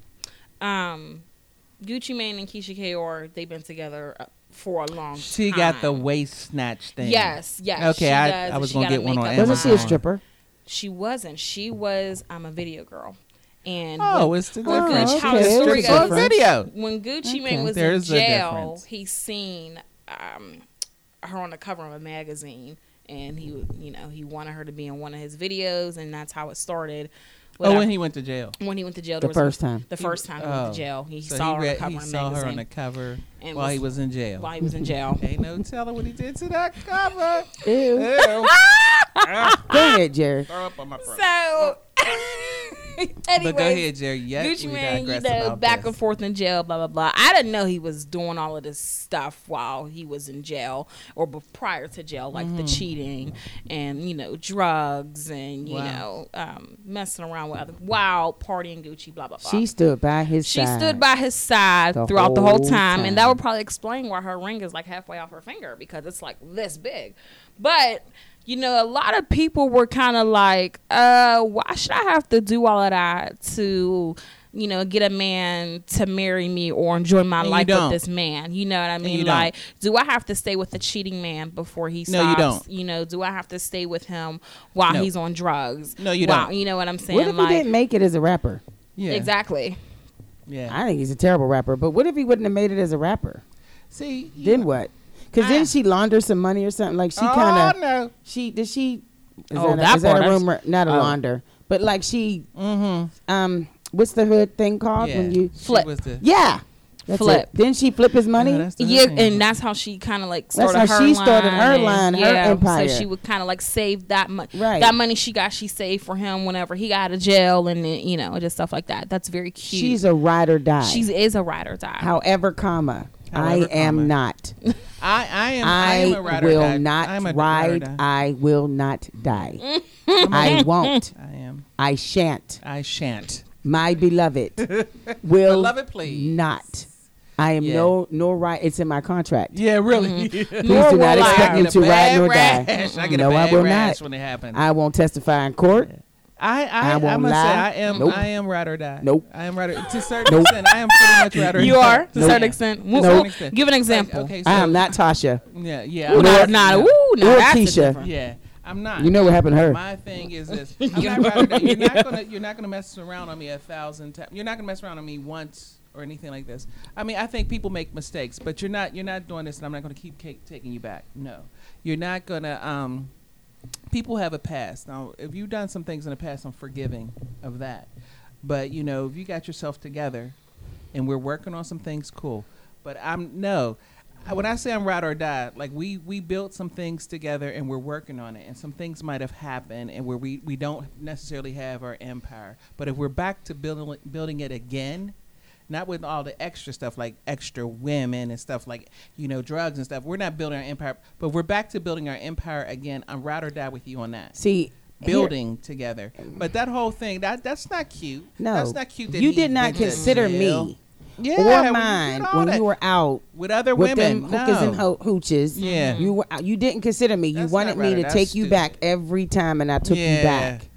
Speaker 3: um, Gucci Mane and Keisha Kaur, they've been together uh, for a long
Speaker 4: She
Speaker 3: time.
Speaker 4: got the waist snatch thing.
Speaker 3: Yes, yes.
Speaker 4: Okay,
Speaker 3: she
Speaker 4: I-
Speaker 3: does,
Speaker 4: I
Speaker 3: and
Speaker 4: was
Speaker 3: she
Speaker 4: gonna
Speaker 3: got a
Speaker 4: get one on
Speaker 3: makeup
Speaker 4: Amazon.
Speaker 1: Wasn't she a
Speaker 3: line.
Speaker 1: stripper?
Speaker 3: She wasn't. She was. I'm a video girl. And
Speaker 4: Oh,
Speaker 3: when,
Speaker 4: it's the
Speaker 3: Well,
Speaker 4: difference.
Speaker 3: Gucci How the
Speaker 1: there's a
Speaker 3: story
Speaker 4: It's on
Speaker 3: goes.
Speaker 1: difference.
Speaker 4: video. Oh,
Speaker 3: when Gucci
Speaker 4: Okay.
Speaker 3: Mane was
Speaker 4: There's a
Speaker 3: in jail,
Speaker 4: difference.
Speaker 3: he seen um, her on the cover of a magazine, and he, w- you know, he wanted her to be in one of his videos, and that's how it started.
Speaker 4: Oh,
Speaker 3: Well,
Speaker 4: when he went to jail.
Speaker 3: when he went to jail
Speaker 1: The
Speaker 3: there was-
Speaker 1: first time.
Speaker 3: the first time he went
Speaker 4: Oh.
Speaker 3: to jail, he
Speaker 4: So
Speaker 3: saw
Speaker 4: he read-
Speaker 3: her on
Speaker 4: he
Speaker 3: the cover of a
Speaker 4: saw her on
Speaker 3: magazine
Speaker 4: the cover
Speaker 3: and
Speaker 4: while
Speaker 3: was-
Speaker 4: he was in jail.
Speaker 3: while he was in jail.
Speaker 4: Ain't no telling what he did to that cover.
Speaker 1: Ew.
Speaker 4: Ew.
Speaker 1: Go ahead, Jerry.
Speaker 4: Throw up on my throat.
Speaker 3: So,
Speaker 4: But go
Speaker 3: anyway,
Speaker 4: ahead, Jerry. Yeah,
Speaker 3: Gucci
Speaker 4: we
Speaker 3: Mane, you
Speaker 4: digress
Speaker 3: know,
Speaker 4: about
Speaker 3: back
Speaker 4: this.
Speaker 3: and forth in jail, blah blah blah. I didn't know he was doing all of this stuff while he was in jail or be- prior to jail, like the
Speaker 1: Mm.
Speaker 3: cheating and you know drugs and you
Speaker 4: Wow.
Speaker 3: know um, messing around with other while partying Gucci, blah blah blah.
Speaker 1: She stood by his
Speaker 3: she
Speaker 1: side.
Speaker 3: stood by his side
Speaker 1: The
Speaker 3: throughout the whole
Speaker 1: whole
Speaker 3: time,
Speaker 1: time.
Speaker 3: and that would probably explain why her ring is like halfway off her finger because it's like this big. But you know, a lot of people were kind of like, uh, "Why should I have to do all of that to?" You know, get a man to marry me or enjoy my
Speaker 4: And you
Speaker 3: life
Speaker 4: don't.
Speaker 3: with this man. You know what I
Speaker 4: you
Speaker 3: mean?
Speaker 4: don't.
Speaker 3: Like, do I have to stay with a cheating man before he
Speaker 4: No,
Speaker 3: stops?
Speaker 4: you don't.
Speaker 3: You know, do I have to stay with him while
Speaker 4: No.
Speaker 3: he's on drugs?
Speaker 4: No, you
Speaker 3: While-
Speaker 4: don't.
Speaker 3: You know what I'm saying?
Speaker 1: What if he
Speaker 3: like,
Speaker 1: didn't make it as a rapper?
Speaker 4: Yeah.
Speaker 3: exactly.
Speaker 4: Yeah.
Speaker 1: I think he's a terrible rapper. But what if he wouldn't have made it as a rapper?
Speaker 4: See, you-
Speaker 1: Then what? Because then
Speaker 3: Ah.
Speaker 1: she launder some money or something. Like she kind
Speaker 4: Oh,
Speaker 1: of.
Speaker 4: no.
Speaker 1: She did she? Is
Speaker 3: Oh,
Speaker 1: that, a,
Speaker 3: that
Speaker 1: is that
Speaker 3: part,
Speaker 1: a
Speaker 3: that's-
Speaker 1: rumor? Not a
Speaker 4: oh.
Speaker 1: launder, but like she.
Speaker 4: Mm-hmm.
Speaker 1: Um, what's the hood thing called
Speaker 4: yeah.
Speaker 1: when you?
Speaker 4: She
Speaker 3: Flip.
Speaker 4: was the-
Speaker 1: Yeah. That's it.
Speaker 3: Flip.
Speaker 1: Didn't she flip his money?
Speaker 4: Yeah, that's the
Speaker 3: Yeah,
Speaker 4: thing.
Speaker 3: and that's how she kind of like
Speaker 1: That's
Speaker 3: started
Speaker 1: how
Speaker 3: her
Speaker 1: she
Speaker 3: line
Speaker 1: started her line, her empire.
Speaker 3: So she would kind of like save that money.
Speaker 1: Right.
Speaker 3: That money she got, she saved for him whenever he got out of jail, and then, you know, just stuff like that. That's very cute.
Speaker 1: She's a ride or die.
Speaker 3: she's is a ride or die.
Speaker 1: However, comma. I
Speaker 4: However, comma.
Speaker 1: am not.
Speaker 4: I, I am. I, am
Speaker 1: I
Speaker 4: a ride or die.
Speaker 1: will
Speaker 4: I'm
Speaker 1: not
Speaker 4: a ride or
Speaker 1: ride.
Speaker 4: die.
Speaker 1: I will not die. I won't.
Speaker 4: I am.
Speaker 1: I shan't.
Speaker 4: I shan't.
Speaker 1: My beloved will
Speaker 4: Beloved, please.
Speaker 1: not. I am
Speaker 4: Yeah.
Speaker 1: no nor ride. It's in my contract.
Speaker 4: Yeah, really.
Speaker 3: Mm-hmm.
Speaker 1: Please do not expect me
Speaker 4: get
Speaker 1: to
Speaker 4: a
Speaker 1: ride
Speaker 4: bad
Speaker 1: nor die.
Speaker 4: rash. I get
Speaker 1: No,
Speaker 4: a
Speaker 1: I
Speaker 4: bad
Speaker 1: will
Speaker 4: rash
Speaker 1: not.
Speaker 4: when it happens. I
Speaker 1: I won't testify in court.
Speaker 4: I
Speaker 1: I
Speaker 4: I,
Speaker 1: won't
Speaker 4: must say
Speaker 1: lie.
Speaker 4: I am
Speaker 1: Nope.
Speaker 4: I am ride or die.
Speaker 1: Nope.
Speaker 4: I am ride or to a certain
Speaker 1: Nope.
Speaker 4: extent. I am pretty much ride or
Speaker 3: You
Speaker 4: die.
Speaker 3: are to a
Speaker 4: Nope.
Speaker 3: certain extent. Woo-
Speaker 4: To a certain
Speaker 3: woo.
Speaker 4: extent.
Speaker 3: Give an
Speaker 4: Like,
Speaker 3: example.
Speaker 4: okay,
Speaker 1: I
Speaker 4: so-
Speaker 1: am not Tasha.
Speaker 4: Yeah, yeah.
Speaker 3: Ooh,
Speaker 4: I'm
Speaker 3: nah,
Speaker 4: not-
Speaker 3: nah,
Speaker 4: yeah.
Speaker 3: ooh, nah,
Speaker 1: Or
Speaker 3: that's a
Speaker 1: Keisha.
Speaker 3: different-
Speaker 4: Yeah, I'm not.
Speaker 1: You know what happened to her.
Speaker 4: My thing is this: I'm not ride or die. You're not gonna you're not gonna mess around on me a thousand times. You're not gonna mess around on me once or anything like this. I mean, I think people make mistakes, but you're not you're not doing this, and I'm not gonna keep ca- taking you back. No, you're not gonna. Um, people have a past. Now, if you've done some things in the past, I'm forgiving of that. But you know, if you got yourself together, and we're working on some things, cool. But I'm no. I- When I say I'm ride or die, like we we built some things together and we're working on it, and some things might have happened, and where we we don't necessarily have our empire. But if we're back to building building it again, not with all the extra stuff like extra women and stuff like you know drugs and stuff, we're not building our empire. But we're back to building our empire again. I'm ride or die with you on that.
Speaker 1: See, here-
Speaker 4: building together, but that whole thing that that's not cute.
Speaker 1: No,
Speaker 4: that's not cute. That
Speaker 1: you
Speaker 4: he
Speaker 1: did not
Speaker 4: went to
Speaker 1: consider
Speaker 4: jail.
Speaker 1: me
Speaker 4: Yeah, when you
Speaker 1: or
Speaker 4: did
Speaker 1: mine
Speaker 4: all
Speaker 1: when
Speaker 4: that
Speaker 1: you were out
Speaker 4: with other
Speaker 1: with
Speaker 4: women.
Speaker 1: them hookers
Speaker 4: no.
Speaker 1: and ho- hooches.
Speaker 4: Yeah.
Speaker 1: you were, you didn't consider me. You
Speaker 4: That's
Speaker 1: wanted
Speaker 4: not
Speaker 1: me
Speaker 4: right.
Speaker 1: to
Speaker 4: That's
Speaker 1: take you
Speaker 4: stupid.
Speaker 1: back every time, and I took you
Speaker 4: Yeah.
Speaker 1: back.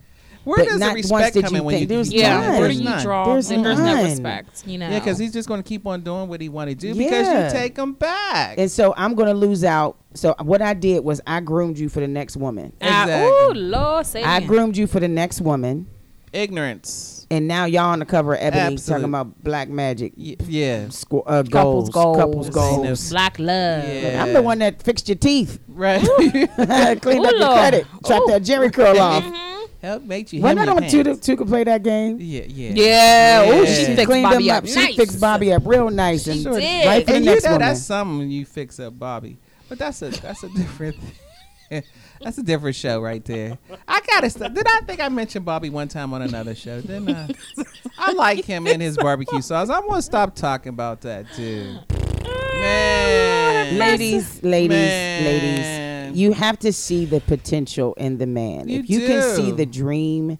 Speaker 4: Where
Speaker 1: but
Speaker 4: does
Speaker 1: not
Speaker 4: the
Speaker 1: once
Speaker 4: respect
Speaker 1: did
Speaker 4: come
Speaker 1: you
Speaker 4: in when
Speaker 1: think-
Speaker 4: you
Speaker 1: there's
Speaker 4: you-
Speaker 1: none.
Speaker 3: Yeah, where do
Speaker 4: There's
Speaker 3: you
Speaker 4: none.
Speaker 3: draw?
Speaker 1: There's
Speaker 3: and there's no
Speaker 1: none.
Speaker 3: respect. You know.
Speaker 4: Yeah, because he's just going to keep on doing what he want to do because
Speaker 1: Yeah.
Speaker 4: you take him back.
Speaker 1: And so I'm gonna lose out. So what I did was I groomed you for the next woman.
Speaker 3: I, ooh, Lord, say
Speaker 1: I
Speaker 3: amen.
Speaker 1: groomed you for the next woman,
Speaker 4: Ignorance.
Speaker 1: and now y'all on the cover of Ebony
Speaker 4: Absolute.
Speaker 1: talking about black magic,
Speaker 4: Y- yeah.
Speaker 1: squ- uh, goals,
Speaker 3: Couples goals.
Speaker 1: couples goals.
Speaker 3: Black love.
Speaker 4: Yeah.
Speaker 1: I'm the one that fixed your teeth,
Speaker 4: Right.
Speaker 1: cleaned up
Speaker 3: Ooh,
Speaker 1: your
Speaker 3: Lord.
Speaker 1: credit, chopped that
Speaker 3: Oh.
Speaker 1: Jerry curl off.
Speaker 3: Mm-hmm.
Speaker 4: Help make you.
Speaker 1: Wasn't
Speaker 4: hem
Speaker 1: that
Speaker 4: your
Speaker 1: on two to,
Speaker 4: pants.
Speaker 1: two could play that game?
Speaker 4: Yeah, yeah.
Speaker 3: Yeah.
Speaker 4: Yeah.
Speaker 3: Ooh,
Speaker 4: She
Speaker 3: she fixed
Speaker 1: cleaned
Speaker 3: Bobby
Speaker 1: him
Speaker 3: up.
Speaker 1: up. She fixed Bobby up real nice and
Speaker 3: She did.
Speaker 1: right for the
Speaker 4: and
Speaker 1: next
Speaker 4: you know
Speaker 1: woman.
Speaker 4: that's something when you fix up Bobby. But that's a that's a different that's a different show right there. I gotta stop. Did I think I mentioned Bobby one time on another show? Didn't I? I like him and his barbecue sauce. I'm gonna stop talking about that too. Man,
Speaker 1: ladies, ladies,
Speaker 4: Man.
Speaker 1: ladies, you have to see the potential in the man.
Speaker 4: You
Speaker 1: if you can
Speaker 4: do.
Speaker 1: see the dream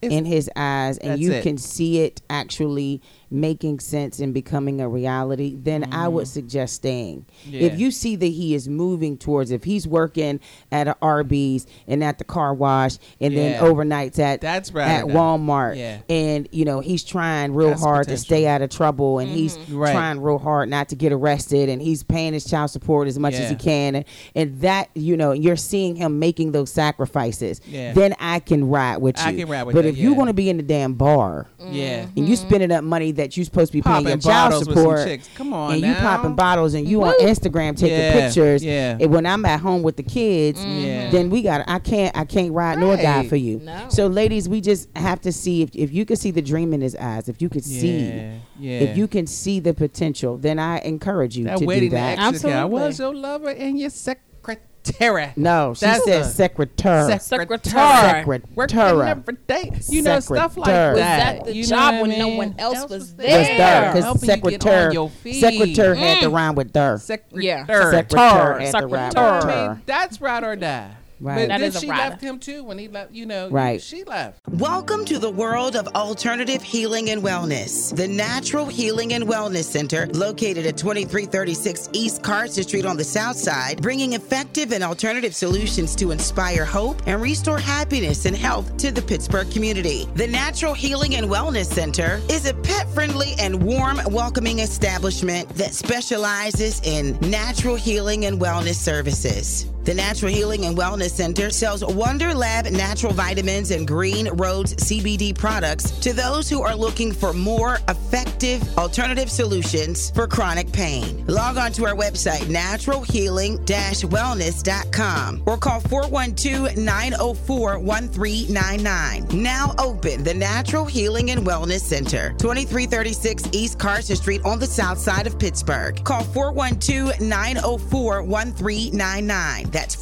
Speaker 4: It's-
Speaker 1: in his eyes and
Speaker 4: That's
Speaker 1: you
Speaker 4: it.
Speaker 1: can see it actually making sense and becoming a reality, then I would suggest staying.
Speaker 4: Mm-hmm. Yeah.
Speaker 1: If you see that he is moving towards, if he's working at a Arby's and at the car wash and then
Speaker 4: Yeah.
Speaker 1: overnights at
Speaker 4: That's right
Speaker 1: at
Speaker 4: about it.
Speaker 1: Walmart,
Speaker 4: Yeah.
Speaker 1: and you know he's trying real
Speaker 4: That's
Speaker 1: hard to
Speaker 4: potential.
Speaker 1: stay out of trouble and he's
Speaker 4: Mm-hmm. Right.
Speaker 1: trying real hard not to get arrested and he's paying his child support as much as he
Speaker 4: Yeah.
Speaker 1: can and, and that you know you're seeing him making those sacrifices
Speaker 4: Yeah.
Speaker 1: then i can ride with you
Speaker 4: I can ride with
Speaker 1: but
Speaker 4: that,
Speaker 1: if you
Speaker 4: yeah.
Speaker 1: want to be in the damn bar
Speaker 4: yeah.
Speaker 1: and you spending up money that you're supposed to be paying
Speaker 4: Popping
Speaker 1: your child
Speaker 4: bottles with some
Speaker 1: support
Speaker 4: chicks. Come on
Speaker 1: and you
Speaker 4: now.
Speaker 1: popping bottles and you on instagram taking
Speaker 4: Yeah,
Speaker 1: pictures
Speaker 4: yeah. Mm-hmm.
Speaker 1: and when i'm at home with the kids
Speaker 4: Yeah.
Speaker 1: then we got i can't i can't ride nor die
Speaker 4: Right.
Speaker 1: for you
Speaker 3: No.
Speaker 1: so ladies we just have to see if, if you can see the dream in his eyes if you can see
Speaker 4: Yeah, yeah.
Speaker 1: if you can see the potential then i encourage you
Speaker 4: That
Speaker 1: to do
Speaker 4: wedding
Speaker 1: that
Speaker 4: action. I
Speaker 3: Absolutely.
Speaker 4: was your lover and your secretary.
Speaker 1: no she
Speaker 4: That's
Speaker 1: said
Speaker 4: a-
Speaker 1: secretary
Speaker 3: Secretary.
Speaker 4: Working
Speaker 1: Secretary.
Speaker 4: every day. You know, stuff like
Speaker 1: Secretary.
Speaker 4: that.
Speaker 1: Was
Speaker 3: that the
Speaker 4: You know
Speaker 3: job
Speaker 4: what I
Speaker 3: when no
Speaker 4: mean?
Speaker 3: one else was there?
Speaker 1: was there
Speaker 3: Yeah.
Speaker 1: because
Speaker 4: Helping you get on
Speaker 1: secretary
Speaker 4: your feet.
Speaker 1: secretary had to rhyme with der
Speaker 4: Secretary.
Speaker 3: Yeah.
Speaker 1: secretary had to rhyme with
Speaker 4: I mean,
Speaker 1: ter.
Speaker 4: that's ride or die.
Speaker 1: Right.
Speaker 4: But
Speaker 3: That
Speaker 4: then
Speaker 3: is a
Speaker 4: she
Speaker 3: rider.
Speaker 4: left him too when he left. You know,
Speaker 1: Right.
Speaker 4: She left.
Speaker 5: Welcome to the world of alternative healing and wellness. The Natural Healing and Wellness Center, located at 2336 East Carson Street on the South Side, bringing effective and alternative solutions to inspire hope and restore happiness and health to the Pittsburgh community. The Natural Healing and Wellness Center is a pet friendly and warm, welcoming establishment that specializes in natural healing and wellness services. The Natural Healing and Wellness Center sells Wonder Lab natural vitamins and Green Roads CBD products to those who are looking for more effective alternative solutions for chronic pain. Log on to our website, naturalhealing-wellness.com, or call 412-904-1399. Now open the Natural Healing and Wellness Center, 2336 East Carson Street on the south side of Pittsburgh. Call 412-904-1399. That's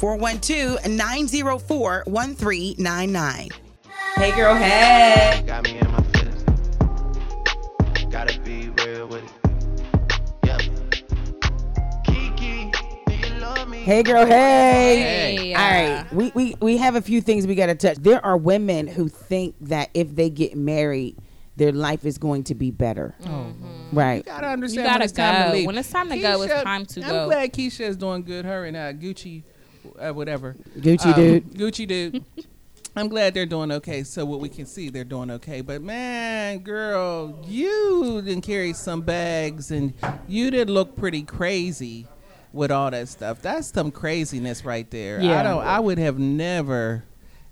Speaker 5: 412-904-1399.
Speaker 7: Hey girl, hey.
Speaker 6: Got me in my feelings. Gotta be real with it. Yeah.
Speaker 1: Hey girl, hey.
Speaker 3: Hey. uh,
Speaker 1: All right. We, we we have a few things we gotta touch. There are women who think that if they get married, their life is going to be better.
Speaker 7: Mm-hmm.
Speaker 1: Right.
Speaker 4: You gotta understand.
Speaker 3: gotta
Speaker 4: when it's time
Speaker 3: go.
Speaker 4: to leave.
Speaker 3: When it's time to go, it's time to
Speaker 4: I'm
Speaker 3: go.
Speaker 4: I'm glad Keisha is doing good. Her and uh, Gucci, uh, whatever.
Speaker 1: Gucci
Speaker 4: Um,
Speaker 1: dude.
Speaker 4: Gucci dude. I'm glad they're doing okay. So what we can see, they're doing okay. But man, girl, you didn't carry some bags, and you did look pretty crazy with all that stuff. That's some craziness right there. I
Speaker 1: Yeah.
Speaker 4: don't. I would have never.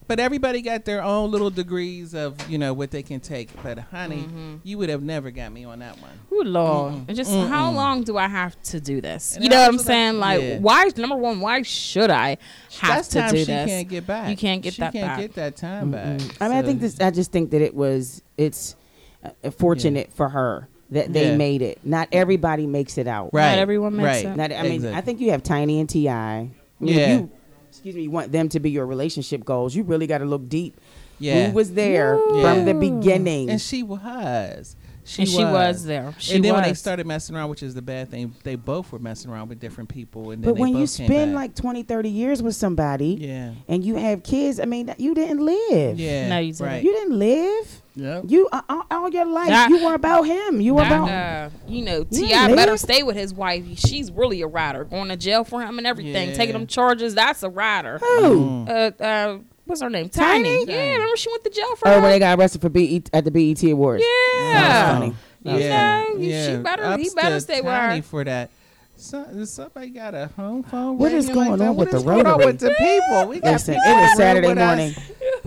Speaker 4: But everybody got their own little degrees of you know what they can take. But honey,
Speaker 3: Mm-hmm.
Speaker 4: you would have never got me on that one.
Speaker 3: Ooh, Lord. And Just how long do I have to do this?
Speaker 4: And
Speaker 3: you know what I'm
Speaker 4: that's what I'm-
Speaker 3: saying? Like,
Speaker 4: Yeah.
Speaker 3: why? Number one, why should I have
Speaker 4: That's
Speaker 3: to
Speaker 4: time
Speaker 3: do
Speaker 4: she
Speaker 3: this?
Speaker 4: can't get back.
Speaker 3: You can't get
Speaker 4: she
Speaker 3: that
Speaker 4: can't
Speaker 3: back.
Speaker 4: get that time back.
Speaker 1: I mean, I
Speaker 4: So-
Speaker 1: think this. I just think that it was. It's uh, fortunate for her that they
Speaker 4: Yeah.
Speaker 1: made it. Not everybody makes it out.
Speaker 4: Right.
Speaker 3: everyone makes
Speaker 4: right.
Speaker 3: it.
Speaker 1: Not, I mean,
Speaker 4: Exactly.
Speaker 1: I think you have Tiny and Ti. I mean, if
Speaker 4: Yeah.
Speaker 1: You, excuse me. Want them to be your relationship goals? You really got to look deep.
Speaker 4: Yeah.
Speaker 1: Who was there from the beginning?
Speaker 4: and she was. She
Speaker 3: And
Speaker 4: was.
Speaker 3: she was there. She
Speaker 4: and then when they
Speaker 3: was.
Speaker 4: started messing around, which is the bad thing, they both were messing around with different people. And then
Speaker 1: but
Speaker 4: they
Speaker 1: when
Speaker 4: both
Speaker 1: you
Speaker 4: came
Speaker 1: spend
Speaker 4: back.
Speaker 1: like 20, 30 years with somebody,
Speaker 4: yeah,
Speaker 1: and you have kids, I mean, that- you didn't live.
Speaker 4: yeah,
Speaker 3: No, you didn't.
Speaker 4: right.
Speaker 1: You didn't live.
Speaker 4: Yep.
Speaker 1: You uh, all, all your life,
Speaker 3: Nah.
Speaker 1: you were about him. You were about.
Speaker 3: Uh, you know, Ti
Speaker 1: Yeah, man.
Speaker 3: better stay with his wife. She's really a rider. Going to jail for him and everything,
Speaker 4: Yeah.
Speaker 3: taking them charges. That's a rider.
Speaker 1: Who?
Speaker 4: Mm.
Speaker 3: Uh, uh, what's her name? Tiny.
Speaker 1: Tiny?
Speaker 3: Yeah, remember she went to jail for
Speaker 1: Oh,
Speaker 3: him.
Speaker 1: when they got arrested for BET at the BET Awards. Oh,
Speaker 3: yeah.
Speaker 1: funny.
Speaker 3: You know, you- she better- he
Speaker 4: Ups
Speaker 3: better
Speaker 4: to
Speaker 3: stay with
Speaker 4: Tiny
Speaker 3: her.
Speaker 4: for that. So, somebody got a home phone.
Speaker 1: What is
Speaker 4: ringing like
Speaker 1: going
Speaker 4: that?
Speaker 1: on
Speaker 4: What
Speaker 1: with the
Speaker 4: is going on
Speaker 1: Rotary?
Speaker 4: with the people? We got
Speaker 1: Listen,
Speaker 4: people
Speaker 1: it
Speaker 4: in the
Speaker 1: is
Speaker 4: room
Speaker 1: Saturday
Speaker 4: with us.
Speaker 1: morning.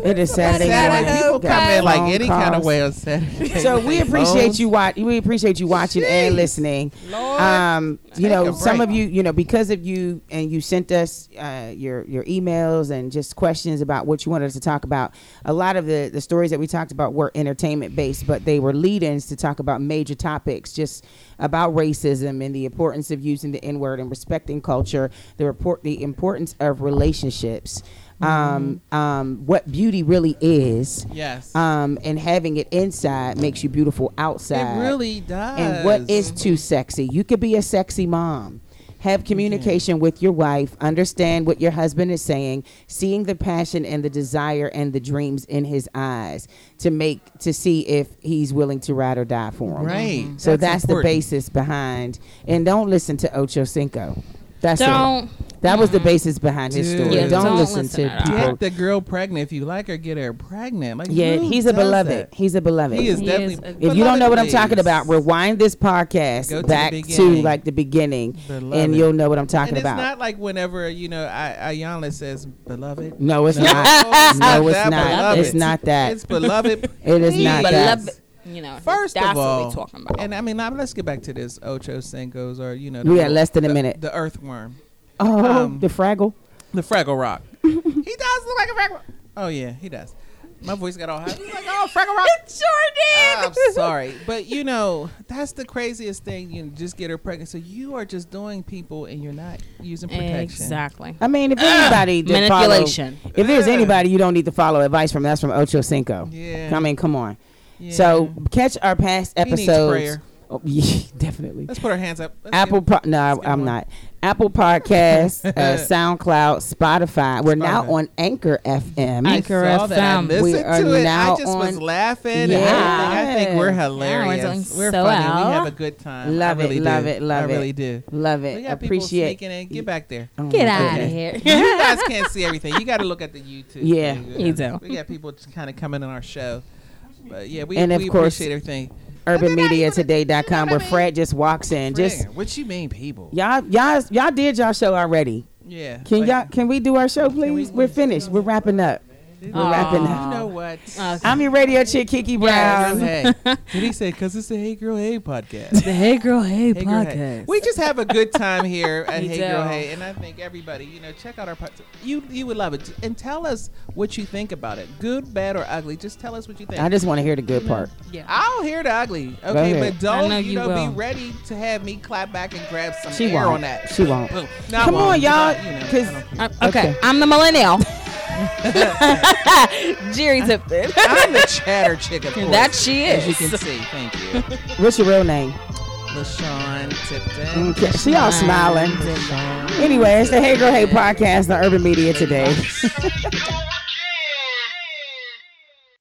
Speaker 1: It is Saturday,
Speaker 4: Saturday,
Speaker 1: morning.
Speaker 4: people come in like any
Speaker 1: Phone
Speaker 4: kind of
Speaker 1: calls.
Speaker 4: way on Saturday.
Speaker 1: So we appreciate you watch. We appreciate you watching and listening. um, you know,
Speaker 4: a
Speaker 1: some
Speaker 4: break.
Speaker 1: of you, you know, because of you and you sent us uh, your your emails and just questions about what you wanted us to talk about. A lot of the the stories that we talked about were entertainment based, but they were lead-ins to talk about major topics, just about racism and the importance of using the N word and respecting culture. The report, the importance of relationships. Um,
Speaker 4: Mm-hmm.
Speaker 1: um, what beauty really is
Speaker 4: Yes.
Speaker 1: um, and having it inside makes you beautiful outside.
Speaker 4: It really does.
Speaker 1: And what is too sexy? You could be a sexy mom. Have communication with your wife. Understand what your husband is saying. Seeing the passion and the desire and the dreams in his eyes to make to see if he's willing to ride or die for him.
Speaker 4: Right.
Speaker 1: So that's, the
Speaker 4: important.
Speaker 1: basis behind. And don't listen to Ocho Cinco. That's
Speaker 3: Don't.
Speaker 1: it. That was the basis behind his
Speaker 4: Dude.
Speaker 1: story.
Speaker 4: Yeah,
Speaker 1: Mm-hmm. don't,
Speaker 3: don't
Speaker 1: listen,
Speaker 3: listen
Speaker 1: to
Speaker 3: at all.
Speaker 1: people.
Speaker 4: Get the girl pregnant if you like her. Get her pregnant. Like
Speaker 1: Yeah,
Speaker 4: who
Speaker 1: he's a
Speaker 4: does
Speaker 1: beloved.
Speaker 4: that?
Speaker 1: He's a beloved.
Speaker 4: He is
Speaker 3: He is
Speaker 4: definitely.
Speaker 3: a- If
Speaker 1: If you don't know what I'm
Speaker 4: beloved
Speaker 1: talking about,
Speaker 4: ladies.
Speaker 1: rewind this
Speaker 4: Go to
Speaker 1: podcast
Speaker 4: the
Speaker 1: back to,
Speaker 4: beginning.
Speaker 1: like the beginning,
Speaker 4: Beloved.
Speaker 1: and you'll know what I'm talking
Speaker 4: and it's
Speaker 1: about.
Speaker 4: not like whenever you know I- Ayana says beloved.
Speaker 1: no, it's
Speaker 4: No,
Speaker 1: not. No, it's
Speaker 4: that
Speaker 1: not.
Speaker 4: beloved.
Speaker 1: It's not that.
Speaker 4: It's beloved.
Speaker 1: It is not
Speaker 4: Please.
Speaker 1: that.
Speaker 3: Beloved. You know,
Speaker 4: First
Speaker 3: that's
Speaker 4: of all,
Speaker 3: what we're talking about.
Speaker 4: and I mean, now let's get back to this Ocho Cinco's or you know.
Speaker 1: We
Speaker 4: the-
Speaker 1: got less than a
Speaker 4: the-
Speaker 1: minute.
Speaker 4: The earthworm,
Speaker 1: oh,
Speaker 4: um,
Speaker 1: the Fraggle.
Speaker 4: the Fraggle Rock. he does look like a Fraggle. Rock. Oh yeah, he does. My voice got all high. He's like, oh, Fraggle Rock.
Speaker 3: sure
Speaker 4: I'm sorry, but you know that's the craziest thing. You know, just get her pregnant. So you are just doing people, and you're not using protection.
Speaker 3: Exactly.
Speaker 1: I
Speaker 4: Ah!
Speaker 1: mean, if anybody that follow-
Speaker 3: Manipulation.
Speaker 1: if there's
Speaker 4: Ugh.
Speaker 1: anybody you don't need to follow advice from, that's from Ocho Cinco.
Speaker 4: Yeah.
Speaker 1: I mean, come on.
Speaker 4: Yeah.
Speaker 1: So catch our past
Speaker 4: needs
Speaker 1: episodes.
Speaker 4: prayer.
Speaker 1: Oh, yeah, definitely.
Speaker 4: Let's put our hands up. Let's
Speaker 1: Apple
Speaker 4: give-
Speaker 1: Pro- no, I-
Speaker 4: get
Speaker 1: I'm
Speaker 4: one.
Speaker 1: not. Apple Podcasts, uh, SoundCloud, Spotify. We're now
Speaker 4: Spotify.
Speaker 1: on Anchor FM.
Speaker 4: I saw that. I
Speaker 3: FM.
Speaker 4: listened
Speaker 1: We are
Speaker 4: to it. I
Speaker 1: now
Speaker 4: just was
Speaker 1: on-
Speaker 4: laughing. Yeah.
Speaker 1: Yeah.
Speaker 4: I think we're
Speaker 3: we're
Speaker 4: hilarious.
Speaker 3: doing
Speaker 4: we're
Speaker 3: so
Speaker 4: funny.
Speaker 3: well.
Speaker 4: We have a good time.
Speaker 1: Love
Speaker 4: I really
Speaker 1: it, love
Speaker 4: do.
Speaker 1: it, love
Speaker 4: I
Speaker 1: it.
Speaker 4: really do.
Speaker 1: Love it.
Speaker 4: We got people
Speaker 1: Appreciate
Speaker 4: sneaking in. Get back there.
Speaker 1: Oh,
Speaker 3: Get
Speaker 1: my
Speaker 3: out
Speaker 1: goodness.
Speaker 3: of here.
Speaker 4: you guys can't see everything. You got to look at the YouTube.
Speaker 1: Yeah.
Speaker 4: thing.
Speaker 3: You do.
Speaker 4: We got people kind of coming on our show. But yeah, we,
Speaker 1: And of
Speaker 4: we
Speaker 1: course,
Speaker 4: appreciate everything.
Speaker 1: UrbanMediaToday.com where Fred just walks in. Just
Speaker 4: Friend, what you mean, people?
Speaker 1: y'all, y'all, y'all did y'all show already.
Speaker 4: Yeah.
Speaker 1: Can
Speaker 4: like,
Speaker 1: y'all? Can we do our show, please? we, are finished. We're wrapping up. We're wrapping
Speaker 4: You
Speaker 1: up. Uh,
Speaker 4: know what?
Speaker 1: I'm your radio chick, Kiki Brown.
Speaker 4: hey. Did he say, because it's the Hey Girl Hey podcast?
Speaker 3: The Hey Girl Hey,
Speaker 4: Hey Girl Hey. We just have a good time here at
Speaker 3: We
Speaker 4: Hey Girl
Speaker 3: do.
Speaker 4: Hey, and I think everybody, you know, check out our podcast. You you would love it, and tell us what you think about it, good, bad, or ugly. Just tell us what you think.
Speaker 1: I just want to hear the good part.
Speaker 3: Yeah.
Speaker 4: I'll hear the ugly, okay,
Speaker 1: ahead.
Speaker 4: but
Speaker 3: I
Speaker 4: don't
Speaker 3: know
Speaker 4: you
Speaker 3: you
Speaker 4: know
Speaker 3: will.
Speaker 4: be ready to have me clap back and grab some
Speaker 1: She
Speaker 4: air
Speaker 1: won't.
Speaker 4: on that.
Speaker 1: She won't.
Speaker 4: Boom. No, I
Speaker 1: Come
Speaker 4: won't.
Speaker 1: on, y'all,
Speaker 4: You know, I
Speaker 1: because
Speaker 4: don't-
Speaker 3: Uh, okay.
Speaker 1: Okay.
Speaker 3: I'm the millennial. Jerry Tipton.
Speaker 4: I'm the chatter chick, of course.
Speaker 3: That she
Speaker 4: as you
Speaker 3: is.
Speaker 4: can see. Thank you.
Speaker 1: what's your real name?
Speaker 4: LaShawn Tipton.
Speaker 8: Okay, She all smiling. Anyway, it's the Hey Girl Hey podcast on Urban Media today.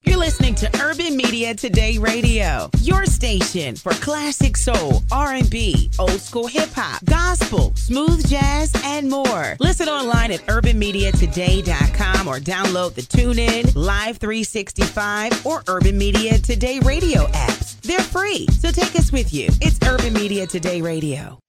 Speaker 1: You're listening to Urban Media Today Radio, your station for classic soul, R&B, old school hip hop, gospel, smooth jazz, and more. Listen online at urbanmediatoday.com or download the TuneIn, Live 365, or Urban Media Today Radio apps. They're free, so take us with you. It's Urban Media Today Radio.